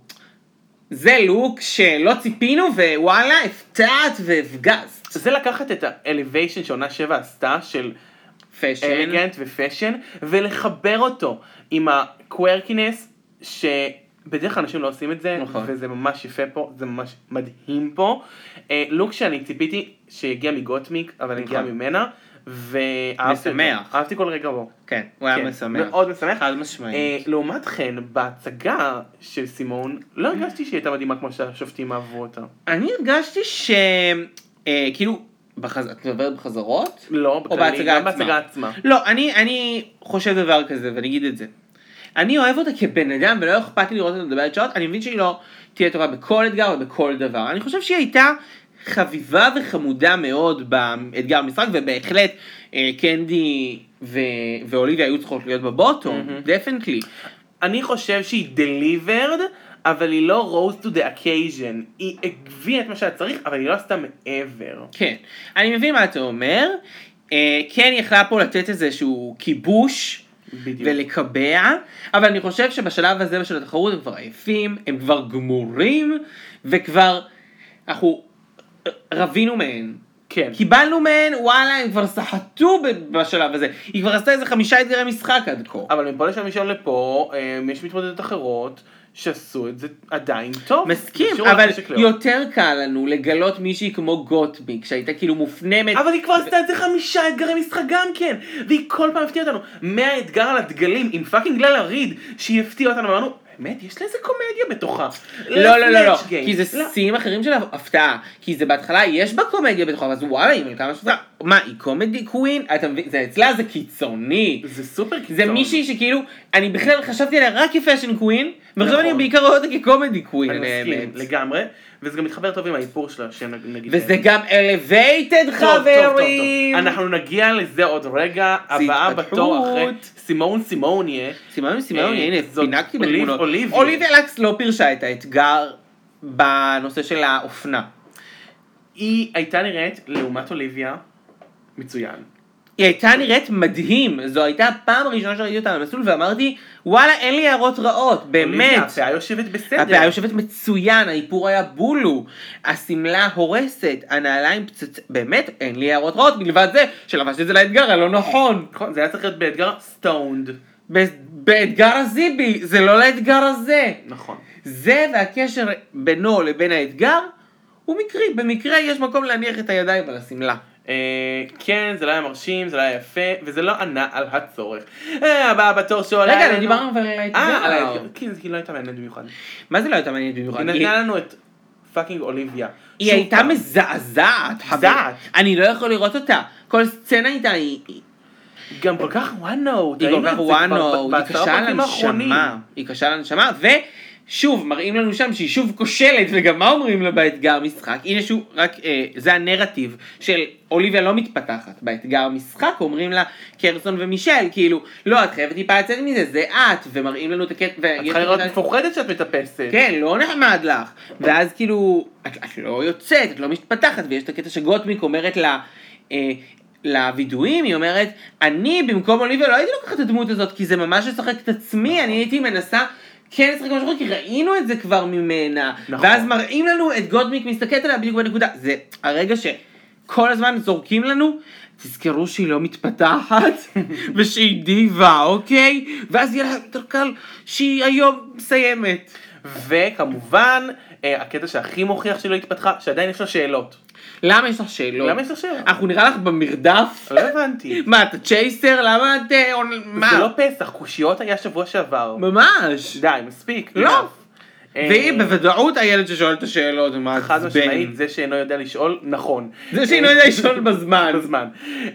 Speaker 2: זה לוק שלא ציפינו, ווואלה, הפתעת והפגזת.
Speaker 3: זה לקחת את האליביישן שעונה 7 עשתה של
Speaker 2: פשן.
Speaker 3: אלגנט ופשן ולחבר אותו עם הקוורקינס שבדרך כלל אנשים לא עושים את זה
Speaker 2: נכון.
Speaker 3: וזה ממש יפה פה זה ממש מדהים פה. אה, לוק שאני ציפיתי שיגיע מגוטמיק אבל הגיע
Speaker 2: נכון.
Speaker 3: ממנה ואהבתי אותו.
Speaker 2: משמח.
Speaker 3: אהבתי כל רגע בו.
Speaker 2: כן, הוא היה
Speaker 3: כן,
Speaker 2: משמח.
Speaker 3: מאוד משמח.
Speaker 2: חד משמעית.
Speaker 3: אה, לעומת כן, בהצגה של סימון, לא הרגשתי שהיא הייתה מדהימה כמו שהשופטים אהבו אותה.
Speaker 2: אני הרגשתי ש... אה, כאילו... בחז- את מדברת בחזרות?
Speaker 3: לא, בכללי,
Speaker 2: בהצגה
Speaker 3: גם בהצגה עצמה.
Speaker 2: לא, אני, אני חושב דבר כזה, ואני אגיד את זה. אני אוהב אותה כבן אדם, ולא אכפת לי לראות אותה מדברת שעות, אני מבין שהיא לא תהיה טובה בכל אתגר ובכל דבר. אני חושב שהיא הייתה חביבה וחמודה מאוד באתגר המשחק, ובהחלט אה, קנדי ו- ואוליביה היו צריכות להיות בבוטום,
Speaker 3: מהמם.
Speaker 2: דפנטלי.
Speaker 3: אני חושב שהיא דליברד, אבל היא לא rose to the occasion. היא הביאה את מה שהיה צריך, אבל היא לא עשתה מעבר.
Speaker 2: כן. אני מבין מה אתה אומר. אה, כן יכלה פה לתת איזשהו כיבוש.
Speaker 3: בדיוק.
Speaker 2: ולקבע, אבל אני חושב שבשלב הזה של התחרות הם כבר עייפים, הם כבר גמורים, וכבר אנחנו רבינו מהן.
Speaker 3: כן.
Speaker 2: קיבלנו מהן, וואלה, הם כבר סחטו ב- בשלב הזה. היא כבר עשתה איזה חמישה אתגרי משחק עד כה.
Speaker 3: אבל מפה לשם משם לפה, אה, יש מתמודדות אחרות שעשו את זה עדיין טוב.
Speaker 2: מסכים,
Speaker 3: השאירו לה
Speaker 2: אבל
Speaker 3: נשק לאור.
Speaker 2: יותר קל לנו לגלות מישהי כמו גוטביק, שהייתה כאילו מופנמת.
Speaker 3: אבל היא כבר עשתה את זה חמישה אתגרי משחק גם כן, והיא כל פעם הפתיעה אותנו. מהאתגר על הדגלים עם פאקינג גללה ריד, שהיא הפתיעה אותנו, אמרנו, באמת, יש לה איזה קומדיה בתוכה.
Speaker 2: לא, לא, לא, לא,
Speaker 3: לפלאש גיים.
Speaker 2: כי זה
Speaker 3: לא.
Speaker 2: שיאים אחרים של הפתעה. כי זה בהתחלה, יש בה קומדיה בתוכה, ואז וואלה, היא מלכה משהו. מה, היא קומדי קווין? אתה מבין? זה אצלה זה קיצוני.
Speaker 3: זה סופר קיצון.
Speaker 2: זה מישהי שכאילו, אני בכלל חשבתי עליה רק כפאשן קווין, ועכשיו
Speaker 3: נכון.
Speaker 2: אני בעיקר רואה אותה כקומדי קווין.
Speaker 3: אני מסכים,
Speaker 2: באמת.
Speaker 3: לגמרי, וזה גם מתחבר טוב עם האיפור שלה, שנגיד...
Speaker 2: וזה גם אלווייטד חברים.
Speaker 3: אנחנו נגיע לזה עוד רגע, הבאה בתור אחרי
Speaker 2: התפתחות.
Speaker 3: סימון סימוניה.
Speaker 2: סימאון סימאון,
Speaker 3: אה,
Speaker 2: הנה,
Speaker 3: זאת
Speaker 2: פינקתי
Speaker 3: אוליב-
Speaker 2: בתמונות.
Speaker 3: אוליביה.
Speaker 2: אוליביה לקס לא פירשה את האתגר בנושא של האופנה.
Speaker 3: היא הייתה נראית, לעומת אוליביה, מצוין.
Speaker 2: היא הייתה נראית מדהים, זו הייתה הפעם הראשונה שראיתי אותה על המסלול ואמרתי, וואלה, אין לי הערות רעות,
Speaker 3: אוליביה,
Speaker 2: באמת.
Speaker 3: הפאה יושבת בסדר.
Speaker 2: הפאה יושבת מצוין, האיפור היה בולו, השמלה הורסת, הנעליים פצצ... באמת, אין לי הערות רעות, מלבד זה שלבשת את זה לאתגר הלא נכון.
Speaker 3: נכון, זה היה צריך להיות באתגר סטונד.
Speaker 2: ב- באתגר הזיבי, זה לא לאתגר הזה.
Speaker 3: נכון.
Speaker 2: זה והקשר בינו לבין האתגר הוא מקרי, במקרה יש מקום להניח את הידיים על השמלה.
Speaker 3: אה, כן, זה לא היה מרשים, זה לא היה יפה, וזה לא ענה על הצורך. אה, הבאה בתור שעולה
Speaker 2: רגע, לא
Speaker 3: אלינו-
Speaker 2: דיברנו אבל על
Speaker 3: אה, על
Speaker 2: האתגר.
Speaker 3: האתגר. כן, היא לא הייתה מעניינת במיוחד.
Speaker 2: מה זה לא הייתה מעניינת במיוחד?
Speaker 3: היא
Speaker 2: היא-
Speaker 3: נתנה לנו את פאקינג אוליביה.
Speaker 2: היא
Speaker 3: שוב
Speaker 2: הייתה
Speaker 3: פעם.
Speaker 2: מזעזעת, חבר.
Speaker 3: מזעזעת.
Speaker 2: אני לא יכול לראות אותה. כל סצנה איתה היא... היא-
Speaker 3: גם כל כך one note.
Speaker 2: היא כל כך וואנו, היא קשה לנשמה. היא קשה לנשמה, ושוב, מראים לנו שם שהיא שוב כושלת, וגם מה אומרים לה באתגר משחק? הנה שוב, רק, אה, זה הנרטיב של אוליביה לא מתפתחת. באתגר משחק אומרים לה קרסון ומישל, כאילו, לא, את חייבת טיפה לצאת מזה, זה את, ומראים לנו את הקטע...
Speaker 3: את צריכה לראות מפוחדת שאת מטפסת.
Speaker 2: כן, לא נחמד לך. ואז כאילו, את, את לא יוצאת, את לא מתפתחת, ויש את הקטע שגוטמיק אומרת לה, אה, לווידואים, היא אומרת, אני במקום אוליביה לא הייתי לוקחת את הדמות הזאת, כי זה ממש לשחק את עצמי, אני הייתי מנסה... כן, לשחק משהו אחר, כי ראינו את זה כבר ממנה.
Speaker 3: נכון.
Speaker 2: נכון. ואז מראים לנו את גודמיק מסתכלת עליה בדיוק בנקודה. זה הרגע שכל הזמן זורקים לנו, תזכרו שהיא לא מתפתחת, ושהיא דיבה, אוקיי? ואז יהיה לה יותר קל שהיא היום מסיימת.
Speaker 3: וכמובן, אה, הקטע שהכי מוכיח שהיא לא התפתחה, שעדיין יש לה שאלות.
Speaker 2: למה יש לך שאלות?
Speaker 3: למה יש לה שאלות?
Speaker 2: אנחנו נראה לך במרדף?
Speaker 3: לא הבנתי.
Speaker 2: מה, אתה צ'ייסר? למה את... אה, עונ- מה?
Speaker 3: זה לא פסח, קושיות היה שבוע שעבר.
Speaker 2: ממש.
Speaker 3: די, מספיק.
Speaker 2: לא.
Speaker 3: enough. אה,
Speaker 2: והיא בוודאות הילד ששואל את השאלות ומעצבן.
Speaker 3: חד משמעית, זה שאינו יודע לשאול, נכון.
Speaker 2: זה שהיא לא יודעה לשאול בזמן.
Speaker 3: בזמן.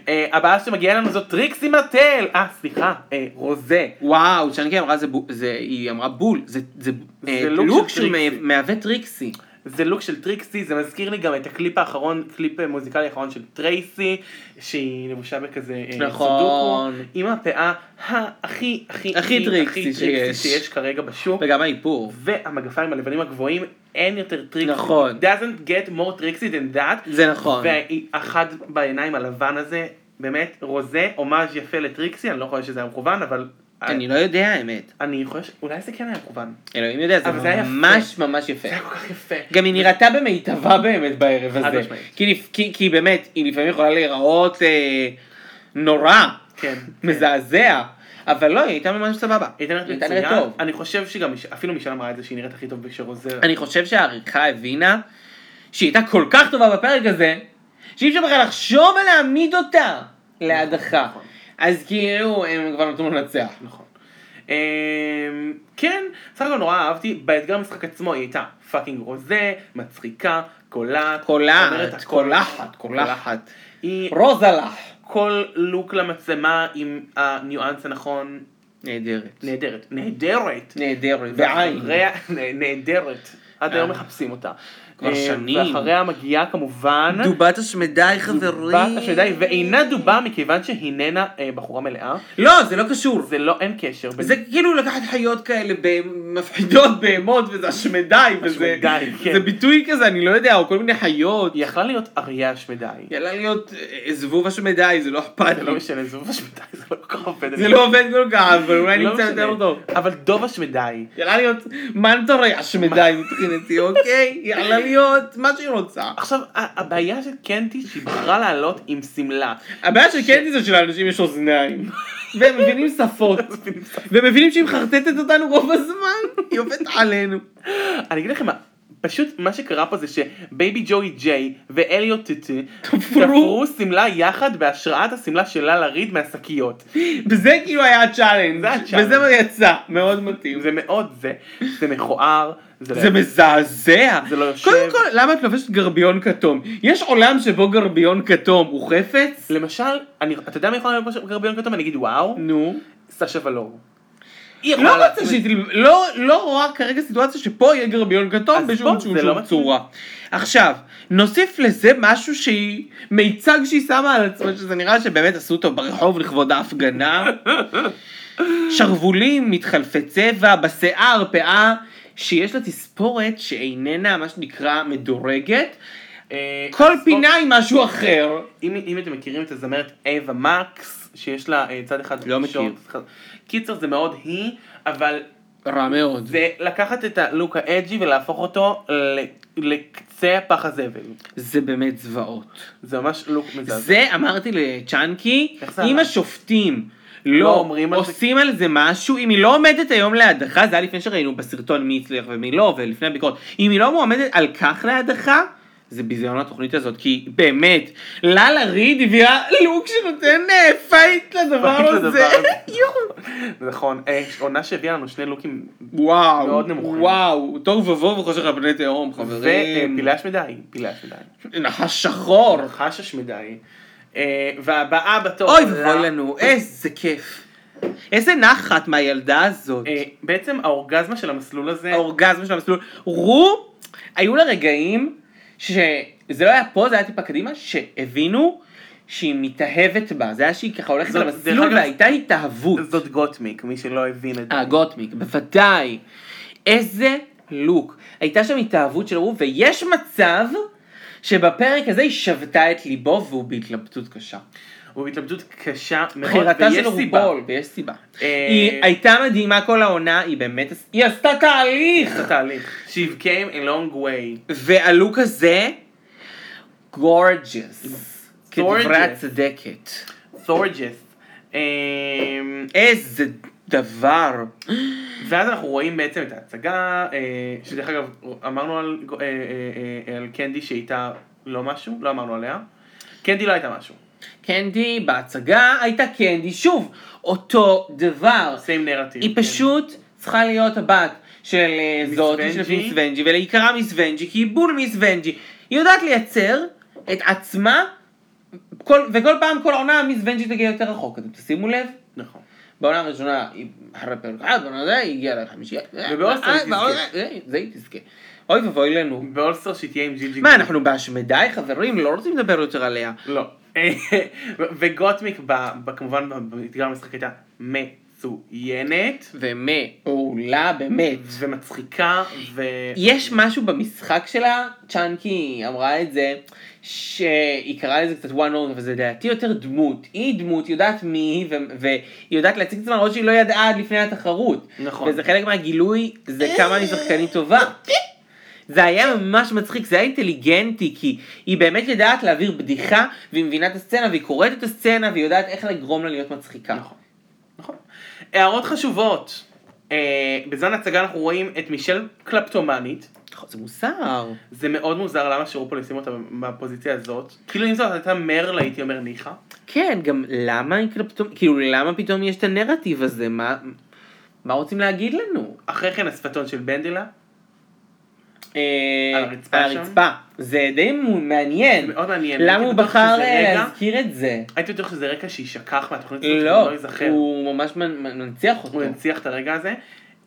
Speaker 3: אה, הבאה שמגיעה לנו זאת טריקסי מטל. אה, סליחה, אה, רוזה.
Speaker 2: וואו, צ'אנקי אמרה זה, בו- זה, היא אמרה בול, זה, זה,
Speaker 3: זה
Speaker 2: אה,
Speaker 3: לוק של
Speaker 2: לוק
Speaker 3: טריקסי.
Speaker 2: שמהווה טריקסי.
Speaker 3: זה לוק של טריקסי, זה מזכיר לי גם את הקליפ האחרון, קליפ אה, מוזיקלי האחרון של טרייסי, שהיא לבושה בכזה אה,
Speaker 2: נכון.
Speaker 3: סודוקו, עם הפאה הכי הכי
Speaker 2: הכי טריקסי שיש.
Speaker 3: שיש כרגע בשוק,
Speaker 2: וגם האיפור.
Speaker 3: והמגפיים הלבנים הגבוהים, אין יותר טריקסי,
Speaker 2: נכון.
Speaker 3: doesn't get more trixy than that,
Speaker 2: זה נכון.
Speaker 3: והאחד בעיניים הלבן הזה, באמת, רוזה, הומאז' יפה לטריקסי, אני לא חושב שזה היה מכוון, אבל...
Speaker 2: אני לא יודע האמת.
Speaker 3: אני חושב, אולי זה כן היה מכוון.
Speaker 2: אלוהים יודע,
Speaker 3: אבל זה היה
Speaker 2: זה
Speaker 3: יפה.
Speaker 2: ממש ממש יפה.
Speaker 3: זה היה כל כך יפה.
Speaker 2: גם היא נראתה במיטבה באמת בערב
Speaker 3: חד
Speaker 2: הזה.
Speaker 3: משמעית.
Speaker 2: כי, לפ- כי, כי באמת, היא לפעמים יכולה להיראות אה, נורא,
Speaker 3: כן.
Speaker 2: מזעזע, אבל לא, היא הייתה ממש סבבה.
Speaker 3: היא נראית
Speaker 2: הייתה נראית
Speaker 3: מצוין,
Speaker 2: טוב.
Speaker 3: אני חושב שגם, מיש- אפילו מישל אמרה את זה שהיא נראית הכי טוב בשרוזר.
Speaker 2: אני חושב שהעריכה הבינה שהיא הייתה כל כך טובה בפרק הזה, שאי אפשר בכלל לחשוב ולהעמיד אותה להדחה.
Speaker 3: נכון.
Speaker 2: אז כאילו, הם כבר נתנו לו לנצח.
Speaker 3: נכון. אמ, כן, סך הכל נורא אהבתי, באתגר המשחק עצמו היא הייתה פאקינג רוזה, מצחיקה, קולעת, אומרת
Speaker 2: קולחת,
Speaker 3: הכל.
Speaker 2: קולחת, קולחת.
Speaker 3: היא
Speaker 2: רוזלח.
Speaker 3: כל לוק למצלמה עם הניואנס הנכון,
Speaker 2: נהדרת.
Speaker 3: נהדרת, נהדרת,
Speaker 2: נהדרת. בעין. אה.
Speaker 3: ואחריה- נ- נהדרת, עד היום מחפשים אותה.
Speaker 2: כבר
Speaker 3: אמ,
Speaker 2: שנים.
Speaker 3: ואחריה מגיעה כמובן,
Speaker 2: דובת השמדי,
Speaker 3: בת השדי, ואינה דובה מכיוון שהיננה אה, בחורה מלאה.
Speaker 2: לא, זה לא קשור.
Speaker 3: זה לא, אין קשר בין
Speaker 2: זה כאילו לקחת חיות כאלה ב- מפחידות, בהמות, וזה השמדי, וזה
Speaker 3: השמדי, כן.
Speaker 2: זה ביטוי כזה, אני לא יודע, או כל מיני חיות.
Speaker 3: היא יכלה להיות אריה השמדי.
Speaker 2: יאללה להיות אה, זבוב השמדי, זה לא אכפת
Speaker 3: זה לא
Speaker 2: לי.
Speaker 3: משנה, זוב השמדי זה לא כל כך עובד.
Speaker 2: זה לא עובד כל כך, אבל אולי
Speaker 3: לא
Speaker 2: נמצא
Speaker 3: משנה.
Speaker 2: יותר טוב.
Speaker 3: אבל דוב השמדי.
Speaker 2: יאללה להיות מנטורי השמדי מבחינתי, אוקיי? יאללה להיות מה שהיא רוצה.
Speaker 3: עכשיו, ה- הבעיה של קנטי שהיא בחרה לעלות עם שמלה.
Speaker 2: הבעיה של קנדי זה שלאנשים יש אוזניים. והם מבינים
Speaker 3: <laughs>
Speaker 2: שפות. והם מבינים שהיא מחרטטת אותנו רוב הזמן. היא עובדת עלינו.
Speaker 3: <laughs> אני אגיד לכם מה, פשוט מה שקרה פה זה שבייבי ג'וי ג'יי ואליוט טטי
Speaker 2: תפרו.
Speaker 3: תפרו שמלה יחד בהשראת השמלה שלה לריד מהשקיות.
Speaker 2: וזה כאילו היה הצ'אלנג'.
Speaker 3: זה הצ'אלנג'.
Speaker 2: וזה מה יצא. מאוד מתאים.
Speaker 3: זה מאוד זה, זה מכוער, זה,
Speaker 2: זה מזעזע.
Speaker 3: זה לא יושב.
Speaker 2: קודם כל, למה את לובשת גרביון כתום? יש עולם שבו גרביון כתום הוא חפץ?
Speaker 3: למשל, אני, אתה יודע מי יכולה ללבוש גרביון כתום? אני אגיד וואו,
Speaker 2: נו.
Speaker 3: סשה ולור.
Speaker 2: לא רוצה שתלמד, לא, לא רואה כרגע סיטואציה שפה יהיה גרביון כתום
Speaker 3: אז
Speaker 2: בשום
Speaker 3: פה
Speaker 2: שום
Speaker 3: זה לא
Speaker 2: שום
Speaker 3: מתאים.
Speaker 2: צורה. עכשיו, נוסיף לזה משהו שהיא, מיצג שהיא שמה על עצמה, שזה נראה שבאמת עשו אותו ברחוב לכבוד
Speaker 3: <laughs>
Speaker 2: ההפגנה. שרוולים, מתחלפי צבע, בשיער, פאה, שיש לה תספורת שאיננה מה שנקרא מדורגת. כל פינה היא משהו אחר.
Speaker 3: אה, אם, אם אתם מכירים את הזמרת אווה מקס, שיש לה אה, צד אחד
Speaker 2: לא
Speaker 3: שורט,
Speaker 2: מכיר.
Speaker 3: אחד- קיצר זה מאוד היא, אבל
Speaker 2: רע מאוד.
Speaker 3: זה לקחת את הלוק האג'י ולהפוך אותו ל- לקצה פח הזבל.
Speaker 2: זה באמת זוועות.
Speaker 3: זה ממש לוק מזעזע.
Speaker 2: זה אמרתי לצ'אנקי,
Speaker 3: איך זה
Speaker 2: אם
Speaker 3: עלה?
Speaker 2: השופטים
Speaker 3: לא
Speaker 2: לא
Speaker 3: אומרים על זה-
Speaker 2: עושים על זה משהו, אם היא לא עומדת היום להדחה, זה היה לפני שראינו בסרטון מי הצליח ומי לא, ולפני הביקורת, אם היא לא מועמדת על כך להדחה, זה ביזיון התוכנית הזאת, כי באמת, לאלה ריד הביאה לוק שנותן אה, פייט לדבר
Speaker 3: פייט
Speaker 2: הזה.
Speaker 3: לדבר
Speaker 2: <laughs>
Speaker 3: הזה.
Speaker 2: יואו.
Speaker 3: נכון, אה, עונה שהביאה לנו שני לוקים
Speaker 2: וואו,
Speaker 3: מאוד נמוכים.
Speaker 2: וואו, תוהו ובוהו וחושך על פני תהום, חברים.
Speaker 3: ופילש מדי, פילש מדי.
Speaker 2: נחש שחור.
Speaker 3: חשש מדי. אה, והבאה בתור.
Speaker 2: אוי
Speaker 3: עולה-
Speaker 2: ואבוי לנו, איזה כיף. איזה נחת מהילדה הזאת.
Speaker 3: אה, בעצם האורגזמה של המסלול הזה,
Speaker 2: אה, האורגזמה של המסלול. רו, היו לה רגעים שזה לא היה פה, זה היה טיפה קדימה, שהבינו שהיא מתאהבת בה. זה היה שהיא ככה הולכת
Speaker 3: זאת- דרך
Speaker 2: למסלול
Speaker 3: אגב,
Speaker 2: והייתה התאהבות.
Speaker 3: זאת גוטמיק, מי שלא הבין את זה.
Speaker 2: אה, גוטמיק, בוודאי. איזה לוק. הייתה שם התאהבות של רו, ויש מצב שבפרק הזה היא שבתה את ליבו והוא בהתלבטות קשה.
Speaker 3: הוא בהתלבטות קשה מאוד,
Speaker 2: בחירתה
Speaker 3: ויש
Speaker 2: של
Speaker 3: סיבה.
Speaker 2: רובול, נכון, ויש סיבה.
Speaker 3: אה,
Speaker 2: היא הייתה מדהימה כל העונה, היא באמת, עש- היא עשתה תהליך!
Speaker 3: זה תהליך. She came a long way.
Speaker 2: והלוק הזה, גורג'ס. כדברי
Speaker 3: Gorgeous.
Speaker 2: הצדקת.
Speaker 3: Thorges. אה,
Speaker 2: איזה דבר. <gasps>
Speaker 3: ואז אנחנו רואים בעצם את ההצגה, אה, שדרך אגב, אמרנו על, אה, אה, אה, על קנדי שהייתה לא משהו, לא אמרנו עליה. קנדי לא הייתה משהו.
Speaker 2: קנדי בהצגה הייתה קנדי, שוב, אותו דבר.
Speaker 3: סיים נרטיב.
Speaker 2: היא פשוט צריכה להיות הבת של אה,
Speaker 3: כן. מיס
Speaker 2: זאת,
Speaker 3: ונג'י.
Speaker 2: של מיס ונג'י, ולעיקרה מיס ונג'י, כי היא בול מיס ונג'י. היא יודעת לייצר את עצמה, כל, וכל פעם, כל עונה, מיס ונג'י תגיע יותר רחוק, אתם תשימו לב.
Speaker 3: נכון.
Speaker 2: בעונה הראשונה, היא אחרי פרק אחד, בעונה הזה, היא הגיעה לחמישייה.
Speaker 3: ובאוסטר היא
Speaker 2: בעונה-
Speaker 3: תזכה.
Speaker 2: אה, זה היא תזכה. אוי ואבוי לנו.
Speaker 3: באולסטר שהיא תהיה עם ג'יג'י.
Speaker 2: מה, אנחנו בהשמדי, חברים? לא רוצים לדבר יותר עליה.
Speaker 3: לא. <laughs> ו- וגוטמיק ב- ב- כמובן ב- באתגר המשחק הייתה מצוינת
Speaker 2: ומעולה, באמת.
Speaker 3: ומצחיקה ו...
Speaker 2: יש משהו במשחק שלה, צ'אנקי אמרה את זה, שהיא קראה לזה קצת one note, אבל זה דעתי יותר דמות. היא דמות, היא יודעת מי היא, ו- והיא יודעת להציג את עצמה, למרות שהיא לא ידעה עד לפני התחרות.
Speaker 3: נכון.
Speaker 2: וזה חלק מהגילוי, זה כמה אני שחקנית טובה. זה היה ממש מצחיק, זה היה אינטליגנטי, כי היא באמת יודעת להעביר בדיחה, והיא מבינה את הסצנה, והיא קוראת את הסצנה, והיא יודעת איך לגרום לה להיות מצחיקה.
Speaker 3: נכון. נכון. הערות חשובות. אה, בזמן ההצגה אנחנו רואים את מישל קלפטומנית.
Speaker 2: נכון, זה מוסר.
Speaker 3: זה מאוד מוזר למה שרופול ישים אותה בפוזיציה הזאת. כאילו אם זאת הייתה מרל הייתי אומר ניחא.
Speaker 2: כן, גם למה היא כאילו פתאום, כאילו למה פתאום יש את הנרטיב הזה, מה, מה רוצים להגיד לנו?
Speaker 3: אחרי כן השפתון של בנדלה.
Speaker 2: אה,
Speaker 3: על הרצפה
Speaker 2: על
Speaker 3: שם?
Speaker 2: הרצפה. זה די מ- מעניין.
Speaker 3: זה מאוד מעניין.
Speaker 2: למה
Speaker 3: הייתי
Speaker 2: הוא
Speaker 3: בטוח
Speaker 2: בחר
Speaker 3: שזה
Speaker 2: אה,
Speaker 3: רגע-
Speaker 2: להזכיר את זה?
Speaker 3: הייתי בטוח שזה רקע שיישכח מהתוכנית הזאת,
Speaker 2: לא,
Speaker 3: לא ייזכר.
Speaker 2: הוא ממש מנ- מנ- מנציח אותו.
Speaker 3: הוא ינציח את הרגע הזה.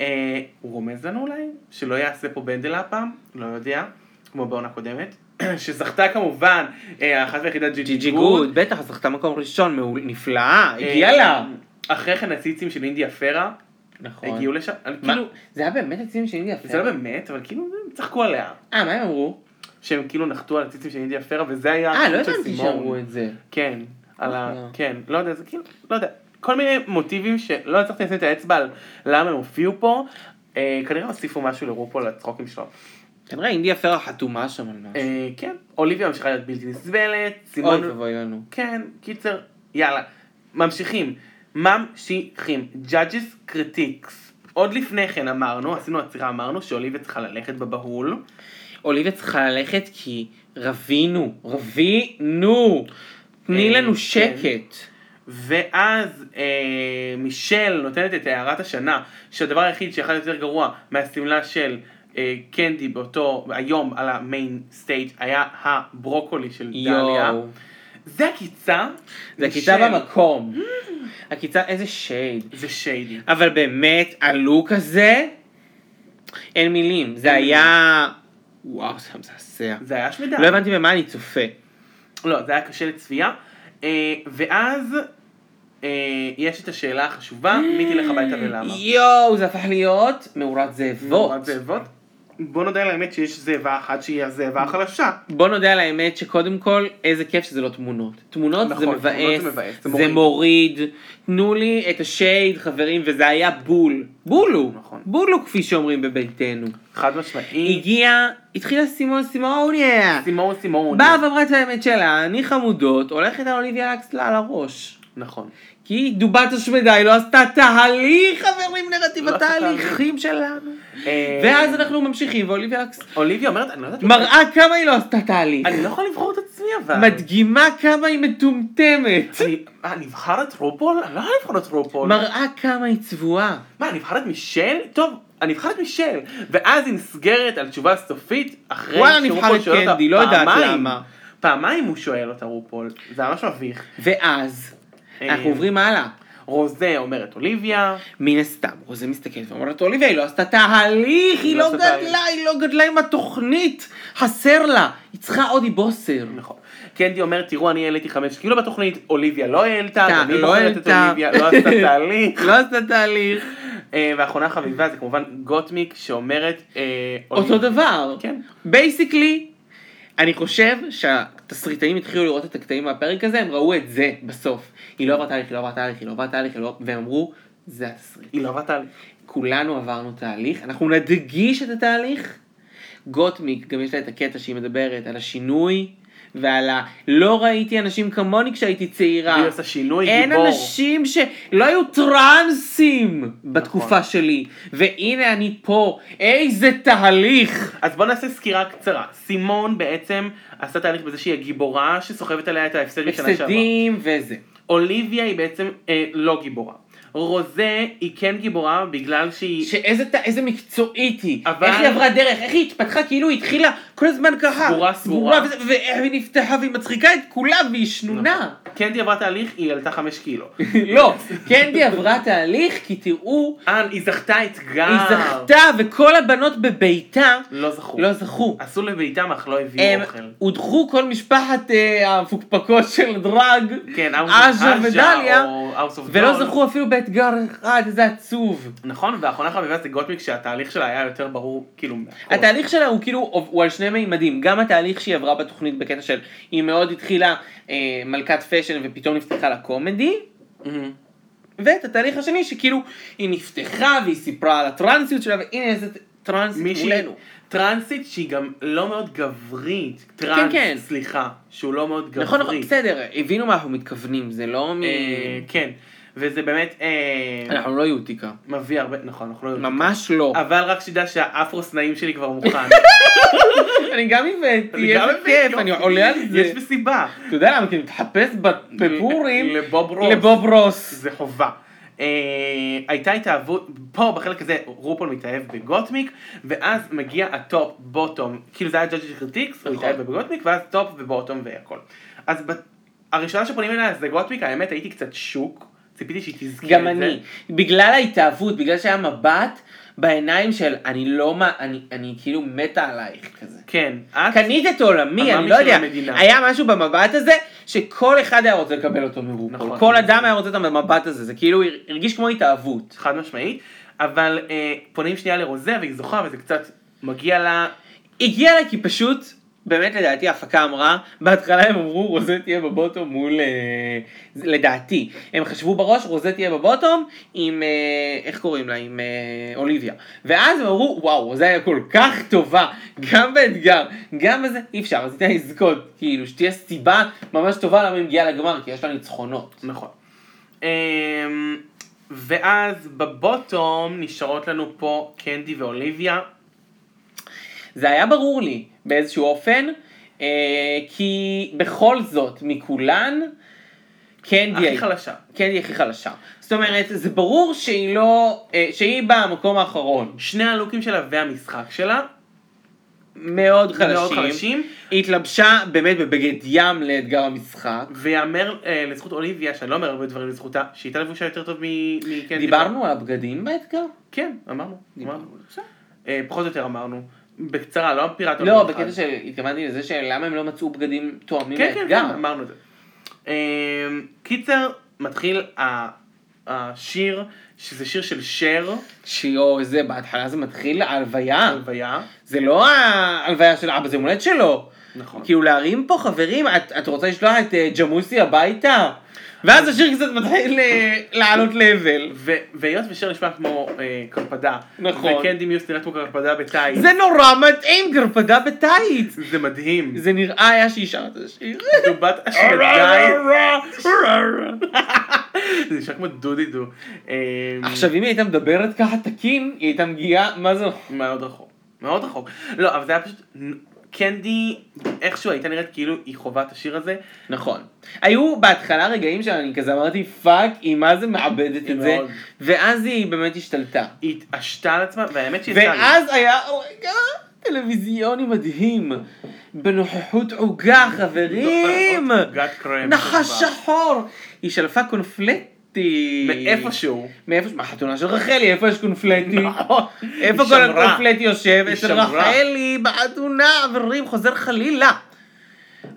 Speaker 3: אה, הוא רומז לנו אולי שלא יעשה פה בנדלה הפעם, לא יודע, כמו בעונה קודמת, <coughs> שזכתה כמובן אה, האחת והיחידה ג'י
Speaker 2: ג'י גוד, בטח, זכתה מקום ראשון, מעול-
Speaker 3: אה,
Speaker 2: נפלאה, הגיעה לה.
Speaker 3: אחרי כן הציצים של אינדיה פרה
Speaker 2: נכון.
Speaker 3: הגיעו לשם, אני
Speaker 2: מה?
Speaker 3: כאילו,
Speaker 2: זה היה באמת הציון של אינדיה
Speaker 3: זה לא
Speaker 2: פרה.
Speaker 3: באמת, אבל כאילו הם צחקו עליה,
Speaker 2: אה, מה הם אמרו?
Speaker 3: שהם כאילו נחתו על הציצים של אינדיה פרה וזה היה,
Speaker 2: אה, לא
Speaker 3: של
Speaker 2: הבנתי
Speaker 3: סימון.
Speaker 2: שאמרו את זה.
Speaker 3: כן, על ה...
Speaker 2: לא.
Speaker 3: כן, לא יודע, זה כאילו, לא יודע. כל מיני מוטיבים שלא הצלחתי לשים את האצבע על למה הם הופיעו פה, אה, כנראה הוסיפו משהו לרופו לצחוקים שלו.
Speaker 2: כנראה אינדיה פרח חתומה שם על משהו.
Speaker 3: אה, כן, אוליביה ממשיכה להיות בלתי נסבלת,
Speaker 2: אוי
Speaker 3: סימון...
Speaker 2: ואבוי לנו.
Speaker 3: כן, קיצר, יאללה. ממשיכים. ממשיכים. Judges Critics. עוד לפני כן אמרנו, עשינו עצירה, אמרנו שאוליביה צריכה ללכת בבהול.
Speaker 2: אוליביה צריכה ללכת כי רבינו, רבינו. תני
Speaker 3: אה,
Speaker 2: לנו
Speaker 3: כן.
Speaker 2: שקט.
Speaker 3: ואז אה, מישל נותנת את הערת השנה, שהדבר היחיד שאחד יותר גרוע מהשמלה של אה, קנדי באותו היום על המיין סטייג' היה הברוקולי של דליה.
Speaker 2: יואו.
Speaker 3: זה הקיצה.
Speaker 2: זה עקיצה
Speaker 3: מישל.
Speaker 2: במקום. עקיצה, איזה שייד.
Speaker 3: זה שיידי.
Speaker 2: אבל באמת, הלוק הזה, אין מילים. זה
Speaker 3: אין
Speaker 2: היה... וואו, זה היה מזעזע.
Speaker 3: זה היה שמדה.
Speaker 2: לא הבנתי במה אני צופה.
Speaker 3: לא, זה היה קשה לצפייה. אה, ואז אה, יש את השאלה החשובה, מי תלך הביתה ולמה.
Speaker 2: יואו, זה הפך להיות מאורת
Speaker 3: נורת
Speaker 2: זאבות.
Speaker 3: זאבות. בוא נודה על האמת שיש זאבה אחת שהיא הזאבה החלשה.
Speaker 2: בוא נודה על האמת שקודם כל, איזה כיף שזה לא תמונות. תמונות
Speaker 3: נכון,
Speaker 2: זה
Speaker 3: תמונות זה
Speaker 2: מבאס,
Speaker 3: מבאס, זה
Speaker 2: זה מוריד. תנו לי את השייד, חברים, וזה היה בול. בול הוא.
Speaker 3: נכון.
Speaker 2: בול הוא, כפי שאומרים בביתנו.
Speaker 3: חד משמעי.
Speaker 2: הגיע, התחילה סימון סימוניה.
Speaker 3: סימון סימון.
Speaker 2: באה ואמרה את האמת שלה, אני חמודות, הולכת על אוליביה לקסלה על הראש. <laughs>
Speaker 3: נכון.
Speaker 2: כי היא דובת השמדה, היא לא עשתה תהליך, חברים, נרטיב
Speaker 3: לא עשתה
Speaker 2: התהליכים שלנו.
Speaker 3: אה,
Speaker 2: ואז אנחנו ממשיכים, ואוליביה לקסלה
Speaker 3: אוליביה אומרת, אני לא יודעת...
Speaker 2: מראה כמה היא לא עשתה תהליך.
Speaker 3: אני לא יכול לבחור את עצמי אבל.
Speaker 2: מדגימה כמה היא מטומטמת.
Speaker 3: אני- מה, אני אבחר את רופול? אני לא יכולה לבחור את רופול.
Speaker 2: מראה כמה היא צבועה.
Speaker 3: מה, אני אבחר את מישל? טוב, אני אבחר את מישל. ואז היא נסגרת על תשובה סופית, אחרי
Speaker 2: וואלה,
Speaker 3: שרופול
Speaker 2: נבחר את
Speaker 3: שואל אותה
Speaker 2: קנדי, לא יודעת
Speaker 3: פעמיים.
Speaker 2: למה.
Speaker 3: פעמיים הוא שואל אותה רופול, זה ממש מביך.
Speaker 2: ואז, אנחנו
Speaker 3: אה,
Speaker 2: עוברים הלאה.
Speaker 3: רוזה אומרת אוליביה,
Speaker 2: מן הסתם, רוזה מסתכלת ואומרת, אוליביה, היא לא עשתה תהליך, היא
Speaker 3: היא
Speaker 2: לא
Speaker 3: לא עשתה תהליך.
Speaker 2: גדלה, היא לא גדלה עם התוכנית, חסר לה, היא צריכה עוד בוסר.
Speaker 3: נכון. קנדי אומרת, תראו, אני העליתי חמש קילו בתוכנית, אוליביה לא העלתה,
Speaker 2: אתה
Speaker 3: אני
Speaker 2: לא
Speaker 3: בוחרת את
Speaker 2: העלתה.
Speaker 3: אוליביה, לא עשתה תהליך.
Speaker 2: לא עשתה תהליך.
Speaker 3: אה, ואחרונה חביבה זה כמובן גוטמיק שאומרת, אה,
Speaker 2: אותו
Speaker 3: אוליביה-
Speaker 2: דבר.
Speaker 3: כן.
Speaker 2: בייסיקלי, אני חושב שהתסריטאים התחילו לראות את הקטעים מהפרק הזה, הם ראו את זה בסוף. היא לא עברה תהליך, היא לא עברה תהליך, היא לא עברה תהליך, היא לא... והם אמרו, זה התסריט.
Speaker 3: היא לא עברה תהליך.
Speaker 2: כולנו עברנו תהליך, אנחנו נדגיש את התהליך. גוטמיק, גם יש לה את הקטע שהיא מדברת על השינוי ועל ה... לא ראיתי אנשים כמוני כשהייתי צעירה.
Speaker 3: היא עושה שינוי
Speaker 2: אה, אין
Speaker 3: גיבור.
Speaker 2: אנשים שלא היו טרנסים בתקופה
Speaker 3: נכון.
Speaker 2: שלי, והנה אני פה, איזה תהליך.
Speaker 3: אז בוא נעשה סקירה קצרה. סימון בעצם עשה תהליך בזה שהיא הגיבורה שסוחבת עליה את ההפסד משנה שעברה.
Speaker 2: הפסדים וזה.
Speaker 3: אוליביה היא בעצם אה, לא גיבורה. רוזה היא כן גיבורה בגלל שהיא...
Speaker 2: שאיזה ת- איזה מקצועית היא,
Speaker 3: אבל-
Speaker 2: איך היא עברה דרך, איך היא התפתחה, כאילו היא התחילה כל הזמן ככה.
Speaker 3: סגורה, סגורה.
Speaker 2: וזה- והיא נפתחה והיא מצחיקה את כולם והיא שנונה.
Speaker 3: קנדי עברה כן תהליך, היא עלתה חמש
Speaker 2: <laughs>
Speaker 3: קילו.
Speaker 2: לא, קנדי עברה תהליך, כי תראו,
Speaker 3: אה, היא זכתה אתגר.
Speaker 2: היא זכתה וכל הבנות בביתה
Speaker 3: לא זכו.
Speaker 2: לא זכו.
Speaker 3: עשו לביתם אך לא הביאו
Speaker 2: הם
Speaker 3: אוכל.
Speaker 2: הודחו כל משפחת אה, המפוקפקות של דרג,
Speaker 3: כן,
Speaker 2: עז'ה
Speaker 3: אאוס
Speaker 2: ודליה,
Speaker 3: או אאוס אוף
Speaker 2: ולא זכו אפילו באתגר אחד, איזה עצוב.
Speaker 3: נכון, והאחרונה חביבה זה גוטמיק שהתהליך שלה היה יותר ברור, כאילו... מהכל.
Speaker 2: התהליך שלה הוא כאילו, הוא על שני מימדים, גם התהליך שהיא עברה בתוכנית בקטע של, היא מאוד התחילה אה, מלכת פאשן ופתאום נפתחה לקומדי,
Speaker 3: מהמם.
Speaker 2: ואת התהליך השני שכאילו, היא נפתחה והיא סיפרה על הטרנסיות שלה, והנה איזה טרנסית
Speaker 3: מישהי
Speaker 2: מולנו.
Speaker 3: טרנסית שהיא גם לא מאוד גברית.
Speaker 2: כן, כן.
Speaker 3: טרנס, סליחה. שהוא לא מאוד גברי.
Speaker 2: נכון, נכון, בסדר, הבינו מה אנחנו מתכוונים, זה לא מ...
Speaker 3: אה, כן, וזה באמת אה,
Speaker 2: אנחנו לא יהודיקה.
Speaker 3: מביא הרבה, נכון, אנחנו לא יודעים.
Speaker 2: ממש לא.
Speaker 3: אבל רק שתדע שהאפרו סנאים שלי כבר
Speaker 2: <laughs>
Speaker 3: מוכן.
Speaker 2: אני גם הבאתי,
Speaker 3: אני גם
Speaker 2: איזה
Speaker 3: מבין,
Speaker 2: כיף,
Speaker 3: יופי.
Speaker 2: אני עולה על זה.
Speaker 3: יש מסיבה.
Speaker 2: אתה יודע למה? כי אני מתחפש בפורים
Speaker 3: לבוב רוס.
Speaker 2: לבוב רוס.
Speaker 3: זה חובה. אה, הייתה התאהבות, פה בחלק הזה רופול מתאהב בגוטמיק, ואז מגיע הטופ בוטום, כאילו זה היה ג'אג'י קריטיקס, הוא
Speaker 2: נכון.
Speaker 3: התאהב בגוטמיק, ואז טופ ובוטום והכל. אז ב- הראשונה שפונים אליה זה גוטמיק, האמת הייתי קצת שוק, ציפיתי שהיא תזכיר את זה.
Speaker 2: גם אני. בגלל ההתאהבות, בגלל שהיה מבט בעיניים של אני לא מה, אני- אני כאילו מתה עלייך כזה.
Speaker 3: כן, את
Speaker 2: קנית את עולמי, אני
Speaker 3: המאמי
Speaker 2: לא
Speaker 3: של
Speaker 2: יודע.
Speaker 3: המדינה.
Speaker 2: היה משהו במבט הזה שכל אחד היה רוצה לקבל אותו מרופול.
Speaker 3: נכון.
Speaker 2: כל אדם היה רוצה את המבט הזה, זה כאילו הרגיש כמו התאהבות.
Speaker 3: חד משמעית, אבל אה, פונים שנייה לרוזה והיא זוכה וזה קצת מגיע לה,
Speaker 2: הגיע לה כי פשוט באמת לדעתי ההפקה אמרה, בהתחלה הם אמרו רוזה תהיה בבוטום מול, אה, זה- לדעתי, הם חשבו בראש רוזה תהיה בבוטום עם, אה, איך קוראים לה, עם אה, אוליביה. ואז הם אמרו, וואו, רוזה היה כל כך טובה, גם באתגר, גם בזה, אי אפשר, אז ניתן לזכות, כאילו, שתהיה סיבה ממש טובה למה היא מגיעה לגמר, כי יש לה ניצחונות.
Speaker 3: נכון. אמ, ואז בבוטום נשארות לנו פה קנדי ואוליביה.
Speaker 2: זה היה ברור לי באיזשהו אופן, אה, כי בכל זאת, מכולן, קנדי
Speaker 3: הכי
Speaker 2: הייתה-
Speaker 3: חלשה.
Speaker 2: קנדי הכי חלשה. זאת אומרת, זה ברור שהיא לא, אה, שהיא במקום האחרון.
Speaker 3: שני הלוקים שלה והמשחק שלה.
Speaker 2: מאוד חלשים.
Speaker 3: מאוד חלשים.
Speaker 2: היא התלבשה באמת בבגד ים לאתגר המשחק.
Speaker 3: ויאמר אה, לזכות אוליביה, שאני לא אומר הרבה דברים לזכותה, שהיא הייתה לבושה יותר טוב מ- מקנדי.
Speaker 2: דיברנו על הבגדים באתגר?
Speaker 3: כן, אמרנו.
Speaker 2: דיברנו.
Speaker 3: אמרנו. אה, פחות או יותר אמרנו. בקצרה, לא פירטנו.
Speaker 2: לא,
Speaker 3: אף אחד.
Speaker 2: בקטע שהתכוונתי לזה שלמה הם לא מצאו בגדים תואמים
Speaker 3: כן, כן, כן,
Speaker 2: לאתגר.
Speaker 3: אמרנו את זה. אמ, קיצר, מתחיל ה- השיר, שזה שיר של שר,
Speaker 2: שיו, זה, בהתחלה זה מתחיל ההלוויה.
Speaker 3: הלוויה.
Speaker 2: זה לא ההלוויה של אבא, זה יום הולדת שלו.
Speaker 3: נכון.
Speaker 2: כאילו להרים פה חברים, את, את רוצה לשלוח את אה, ג'מוסי הביתה? ואז השיר קצת מתחיל אה, לעלות לבל.
Speaker 3: ו- והיות ושר נשמע כמו אה, קרפדה,
Speaker 2: נכון.
Speaker 3: וקנדי מיוס נראית כמו קרפדה בתאי,
Speaker 2: זה נורא מתאים, גרפדה בטייץ.
Speaker 3: זה מדהים,
Speaker 2: זה נראה היה שהיא שרה את השיר. <laughs>
Speaker 3: זו בת אשמדאי, <laughs> זה נשמע כמו דודידו, אמ,
Speaker 2: עכשיו אם היא הייתה מדברת ככה תקין, היא הייתה מגיעה, מה זה?
Speaker 3: מאוד רחוק, מאוד רחוק, לא, אבל זה היה פשוט, קנדי איכשהו הייתה נראית כאילו היא חווה את השיר הזה,
Speaker 2: נכון. היו בהתחלה רגעים שאני כזה אמרתי פאק, היא מה זה מאבדת
Speaker 3: היא
Speaker 2: את זה,
Speaker 3: מאוד.
Speaker 2: ואז היא באמת השתלטה.
Speaker 3: היא התעשתה על עצמה, והאמת שהיא יצאה לי.
Speaker 2: ואז היה רגע טלוויזיוני מדהים, בנוכחות עוגה חברים,
Speaker 3: עוגת קרם.
Speaker 2: נחש
Speaker 3: טובה.
Speaker 2: שחור, היא שלפה קונפלטי.
Speaker 3: מאיפשהו.
Speaker 2: מאיפה, מהחתונה של רחלי, איפה יש קונפלטי?
Speaker 3: <laughs> נכון.
Speaker 2: איפה
Speaker 3: היא
Speaker 2: כל
Speaker 3: שמרה.
Speaker 2: הקונפלטי יושב?
Speaker 3: היא
Speaker 2: אצל
Speaker 3: שמרה.
Speaker 2: רחלי, בחתונה, חברים, חוזר חלילה.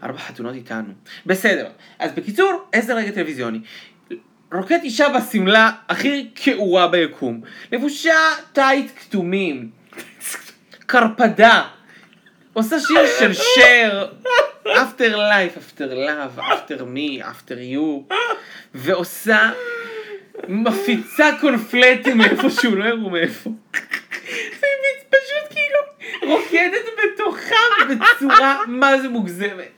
Speaker 2: ארבע חתונות איתנו. בסדר. אז בקיצור, איזה רגע טלוויזיוני. רוקט אישה בשמלה הכי כעורה ביקום. לבושה טייט
Speaker 3: <laughs>
Speaker 2: כתומים. קרפדה. עושה שיר
Speaker 3: <laughs>
Speaker 2: של שר. after life, after love, after me, after you. ועושה... מפיצה קונפלטים מאיפה שהוא לא יראו מאיפה. זה פשוט כאילו רוקדת בתוכם בצורה מה זה מוגזמת.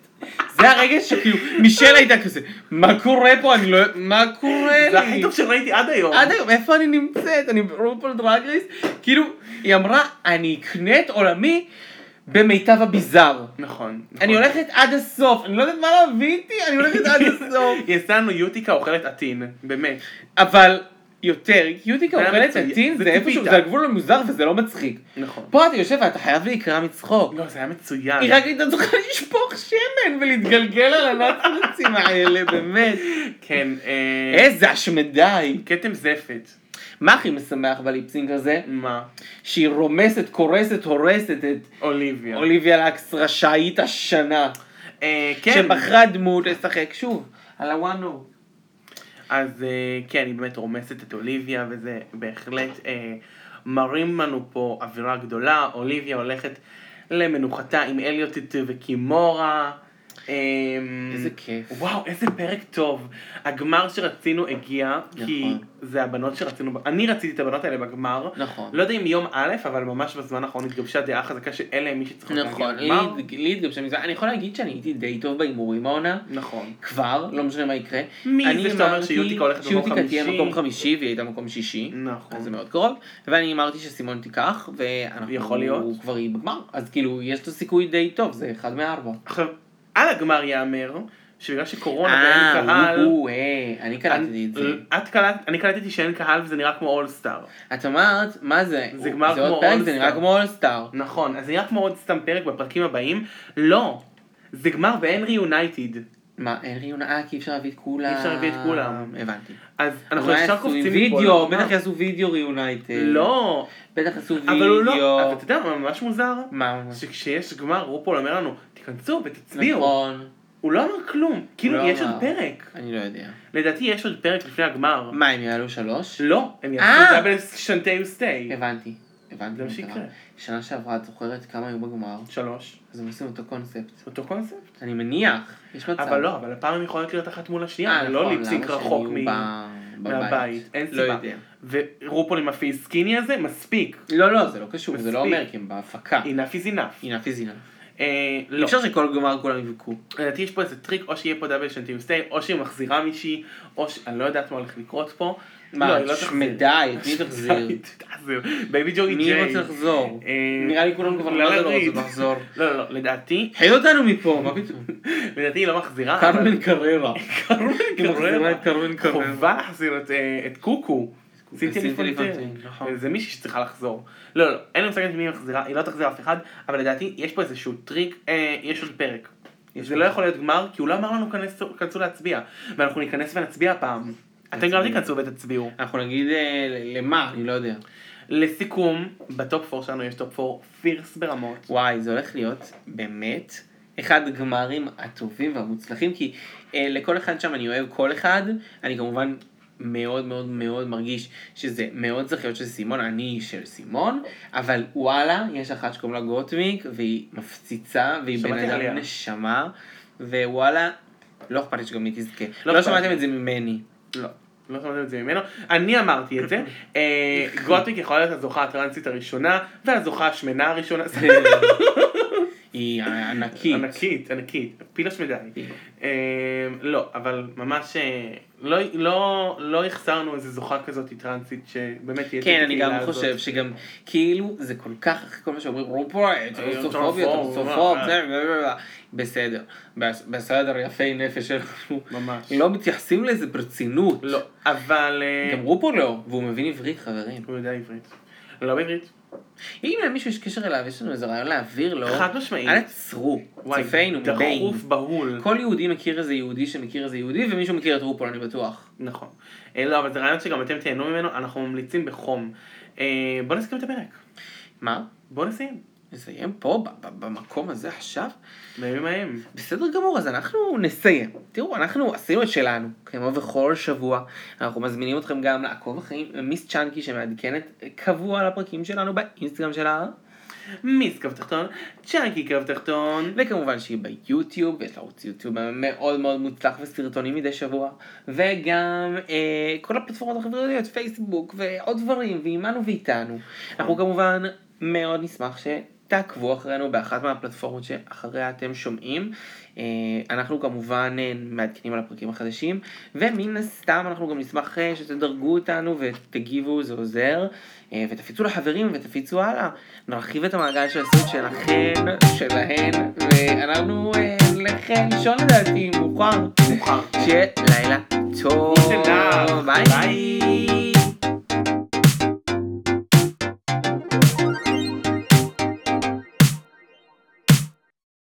Speaker 2: זה הרגע שכאילו מישל הייתה כזה, מה קורה פה? אני לא... מה קורה לי?
Speaker 3: זה הכי טוב שראיתי עד היום.
Speaker 2: עד היום, איפה אני נמצאת? אני ברופול דרגריס? כאילו, היא אמרה, אני אקנה את עולמי במיטב הביזאר.
Speaker 3: נכון. נכון.
Speaker 2: אני הולכת עד הסוף, אני לא יודעת מה להביא איתי, אני הולכת עד
Speaker 3: <laughs>
Speaker 2: הסוף.
Speaker 3: היא עשתה לנו יוטיקה אוכלת עטין, באמת.
Speaker 2: אבל יותר, יוטיקה
Speaker 3: זה היה
Speaker 2: אוכלת
Speaker 3: מצוין.
Speaker 2: עטין
Speaker 3: זה
Speaker 2: זה איפשהו,
Speaker 3: ציפית.
Speaker 2: זה הגבול המוזר וזה לא מצחיק.
Speaker 3: נכון.
Speaker 2: פה אתה יושב ואתה חייב להיקרע מצחוק.
Speaker 3: לא, זה היה מצוין.
Speaker 2: היא רק הייתה צריכה לשפוך שמן ולהתגלגל על הנאצים האלה,
Speaker 3: <laughs>
Speaker 2: באמת.
Speaker 3: כן. אה,
Speaker 2: איזה השמדי.
Speaker 3: כתם זפת.
Speaker 2: מה הכי משמח בליפסינג הזה?
Speaker 3: מה?
Speaker 2: שהיא רומסת, קורסת, הורסת את
Speaker 3: אוליביה.
Speaker 2: אוליביה לקס רשאית השנה.
Speaker 3: אה, כן. Mm.
Speaker 2: שבחרה דמות לשחק שוב, על הוואנו.
Speaker 3: אז אה, כן, היא באמת רומסת את אוליביה, וזה בהחלט אה, מרים לנו פה אווירה גדולה. אוליביה הולכת למנוחתה עם אליוטית וקימורה. אה,
Speaker 2: איזה כיף.
Speaker 3: וואו, איזה פרק טוב. הגמר שרצינו הגיע, כי
Speaker 2: נכון.
Speaker 3: זה הבנות שרצינו, אני רציתי את הבנות האלה בגמר.
Speaker 2: נכון.
Speaker 3: לא יודע אם יום א', אבל ממש בזמן האחרון התגבשה דעה חזקה שאלה הם מי שצריך
Speaker 2: נכון, לי- לי התגבשה מזה. אני יכול להגיד שאני הייתי די טוב בהימורים העונה.
Speaker 3: נכון.
Speaker 2: כבר, לא משנה מה יקרה.
Speaker 3: מי
Speaker 2: אני
Speaker 3: זה שאתה אומר
Speaker 2: אמרתי
Speaker 3: שיוטיקה הולכת למקום
Speaker 2: שיוטיקה תהיה
Speaker 3: חמישי?
Speaker 2: מקום חמישי והיא הייתה מקום שישי.
Speaker 3: נכון.
Speaker 2: אז זה מאוד קרוב. ואני אמרתי שסימון תיקח, ואנחנו...
Speaker 3: יכול להיות.
Speaker 2: הוא כבר יהיה בגמר. אז כאילו, יש לו סיכוי די טוב, זה אחד מארבע.
Speaker 3: עכשיו, על הגמר ייאמר, שבגלל שקורונה
Speaker 2: אה,
Speaker 3: ואין קהל,
Speaker 2: הוא, אה, אני קלטתי את זה.
Speaker 3: אני- אה, את קלטת, אני קלטתי שאין קהל וזה נראה כמו אולסטאר.
Speaker 2: את אמרת, מה זה?
Speaker 3: זה גמר
Speaker 2: עוד
Speaker 3: כמו
Speaker 2: פרק, זה
Speaker 3: אולסטאר.
Speaker 2: נראה כמו אולסטאר.
Speaker 3: נכון, אז זה נראה כמו עוד סתם פרק בפרקים הבאים. לא, זה גמר ואין ריונייטד.
Speaker 2: מה, אין ריונה? אה, כי אי אפשר להביא את כולם.
Speaker 3: אי אפשר להביא את כולם.
Speaker 2: הבנתי.
Speaker 3: אז אנחנו
Speaker 2: אולי
Speaker 3: ישר
Speaker 2: עשו
Speaker 3: קופצים
Speaker 2: וידאו,
Speaker 3: לגמר.
Speaker 2: בטח יעשו וידאו ריונייטד.
Speaker 3: לא,
Speaker 2: בטח עשו וידאו.
Speaker 3: אבל הוא לא, אבל אתה יודע מה ממש מוזר?
Speaker 2: מה? מה?
Speaker 3: שכשיש גמר רופול אומר לנו, תיכנסו ותצביעו.
Speaker 2: נכון.
Speaker 3: הוא לא אמר כלום, כאילו
Speaker 2: לא
Speaker 3: יש עוד
Speaker 2: אמר.
Speaker 3: פרק.
Speaker 2: אני לא יודע.
Speaker 3: לדעתי יש עוד פרק לפני הגמר.
Speaker 2: מה, הם יעלו שלוש?
Speaker 3: לא, הם
Speaker 2: אה.
Speaker 3: יעשו דאבל שנטי וסטי.
Speaker 2: הבנתי. הבנתי.
Speaker 3: זה מה
Speaker 2: מה
Speaker 3: לא שיקרה.
Speaker 2: קרה. שנה שעברה, את זוכרת כמה היו בגמר?
Speaker 3: שלוש.
Speaker 2: אז הם עושים אותו קונספט.
Speaker 3: אותו קונספט.
Speaker 2: אני מניח, יש מצב.
Speaker 3: אבל לא, אבל הפעם הם יכולות להיות אחת מול השנייה,
Speaker 2: אה,
Speaker 3: זה
Speaker 2: נכון,
Speaker 3: לא ליפסינק
Speaker 2: למה שהם
Speaker 3: רחוק
Speaker 2: יהיו
Speaker 3: מ-
Speaker 2: ב- בבית?
Speaker 3: מהבית. אין
Speaker 2: לא
Speaker 3: סיבה.
Speaker 2: יודע.
Speaker 3: ורופול עם הפי סקיני הזה, מספיק.
Speaker 2: לא, לא, זה לא קשור, זה לא
Speaker 3: מספיק.
Speaker 2: אומר, כי הם בהפקה.
Speaker 3: enough is enough.
Speaker 2: הנה פיזינה.
Speaker 3: אה,
Speaker 2: אי
Speaker 3: לא.
Speaker 2: אפשר שכל גמר כולם יבכו.
Speaker 3: לדעתי יש פה איזה טריק, או שיהיה פה דאבל של טיוסטי, או שהיא מחזירה מישהי, או ש... אני לא יודעת מה הולך לקרות פה. לא,
Speaker 2: מה,
Speaker 3: היא לא תחזיר.
Speaker 2: שמדה, את מי תחזיר?
Speaker 3: <laughs> היא תחזיר. בייבי ג'ורי
Speaker 2: מי
Speaker 3: ג'יי.
Speaker 2: רוצה לחזור?
Speaker 3: אה,
Speaker 2: נראה לי כולם כבר
Speaker 3: לא
Speaker 2: לא זה לא
Speaker 3: להריד.
Speaker 2: רוצות לחזור.
Speaker 3: לא, לא, לא, לדעתי,
Speaker 2: חי אותנו מפה, מה
Speaker 3: <laughs>
Speaker 2: פתאום?
Speaker 3: לדעתי היא לא מחזירה.
Speaker 2: קרמן קררה.
Speaker 3: קרמן
Speaker 2: היא מחזירה את קרמן קררה.
Speaker 3: חובה להחזיר את, אה, את קוקו. סינתיה
Speaker 2: סינתיה
Speaker 3: ליפונטין.
Speaker 2: ליפונטין, נכון.
Speaker 3: זה מישהי שצריכה לחזור. לא, לא, אין לי מושג את מי היא מחזירה, היא לא תחזיר אף אחד, אבל לדעתי יש פה איזשהו טריק, אה, יש עוד פרק.
Speaker 2: יש
Speaker 3: זה
Speaker 2: עוד
Speaker 3: לא
Speaker 2: פרק.
Speaker 3: יכול להיות גמר, כי הוא לא אמר לנו "כנסו- כנסו להצביע. ואנחנו ניכנס ונצביע הפעם. אתם גם
Speaker 2: נצביע.
Speaker 3: תיכנסו ותצביעו.
Speaker 2: אנחנו נגיד אה, ל- למה, אני לא יודע.
Speaker 3: לסיכום, בטופ 4 שלנו יש טופ 4 פירס ברמות.
Speaker 2: וואי, זה הולך להיות באמת אחד הגמרים הטובים והמוצלחים, כי אה, לכל אחד שם אני אוהב כל אחד, אני כמובן מאוד מאוד מאוד מרגיש שזה מאוד צריך להיות של סימון, אני של סימון, אבל וואלה, יש אחת שקוראים לה גוטמיק, והיא מפציצה, והיא בן
Speaker 3: שמעתי עליה.
Speaker 2: אדם נשמה, ווואלה, לא אכפת לי שגם היא תזכה.
Speaker 3: לא
Speaker 2: לא,
Speaker 3: אכפת
Speaker 2: שמעתם
Speaker 3: לי.
Speaker 2: את זה ממני.
Speaker 3: לא. לא שמעתם את זה ממנו, אני אמרתי <laughs> את זה, אה, גוטוויק יכולה להיות הזוכה הטרנסית הראשונה והזוכה השמנה <laughs> הראשונה,
Speaker 2: היא ענקית. כאילו.
Speaker 3: ענקית, ענקית, פילה שמדי. אה, לא, אבל ממש אה, לא, לא, לא החסרנו איזה זוכה כזאת טרנסית שבאמת תהיה
Speaker 2: כן, אני
Speaker 3: את הקהילה
Speaker 2: גם
Speaker 3: הזאת.
Speaker 2: חושב שגם, כאילו, זה כל כך, אחרי כל מה שאומרים, רופו, טרנסופוביה,
Speaker 3: טרנספוב,
Speaker 2: טרנסופוב,
Speaker 3: אה.
Speaker 2: זה, blablabla." בסדר, בס- בסדר, יפי נפש שלנו.
Speaker 3: ממש.
Speaker 2: לא מתייחסים לזה ברצינות.
Speaker 3: לא, אבל... אה,
Speaker 2: גם רופו לא, והוא מבין עברית, חברים.
Speaker 3: הוא יודע עברית. לא בעברית.
Speaker 2: אם למישהו יש קשר אליו, יש לנו איזה רעיון להעביר לו,
Speaker 3: חד משמעית.
Speaker 2: אל תעצרו,
Speaker 3: וואי,
Speaker 2: צפינו, מבין.
Speaker 3: דחוף בהול.
Speaker 2: כל יהודי מכיר איזה יהודי שמכיר איזה יהודי, ומישהו מכיר את רופו, אני בטוח.
Speaker 3: נכון. אה, לא, אבל זה רעיון שגם אתם תהנו ממנו, אנחנו ממליצים בחום. אה, בוא נסכים את הפרק.
Speaker 2: מה?
Speaker 3: בוא נסיים.
Speaker 2: נסיים פה, ב- ב- במקום הזה עכשיו?
Speaker 3: בימים ההם.
Speaker 2: בסדר גמור, אז אנחנו נסיים. תראו, אנחנו עשינו את שלנו, כמו בכל שבוע. אנחנו מזמינים אתכם גם לעקוב אחרי מיס צ'אנקי שמעדכנת קבוע על הפרקים שלנו באינסטגרם שלה,
Speaker 3: מיס קו תחתון, צ'אנקי קו תחתון.
Speaker 2: נכון. וכמובן שהיא ביוטיוב, ויש לה ערוץ יוטיוב מאוד מאוד מוצלח וסרטונים מדי שבוע, וגם אה, כל הפלטפורמות החברתיות, פייסבוק ועוד דברים, ועימנו ואיתנו. אנחנו כמובן מאוד נשמח ש... תעקבו אחרינו באחת מהפלטפורמות שאחריה אתם שומעים. אה, אנחנו כמובן אה, מעדכנים על הפרקים החדשים, ומן הסתם אנחנו גם נשמח אה, שתדרגו אותנו ותגיבו, זה עוזר, אה, ותפיצו לחברים ותפיצו הלאה. נרחיב את המעגל של הסוד שלכן, שלהן, ואנחנו אה, נלך אה, לישון לדעתי, מאוחר.
Speaker 3: מאוחר.
Speaker 2: שיהיה לילה טוב.
Speaker 3: שלך. ביי.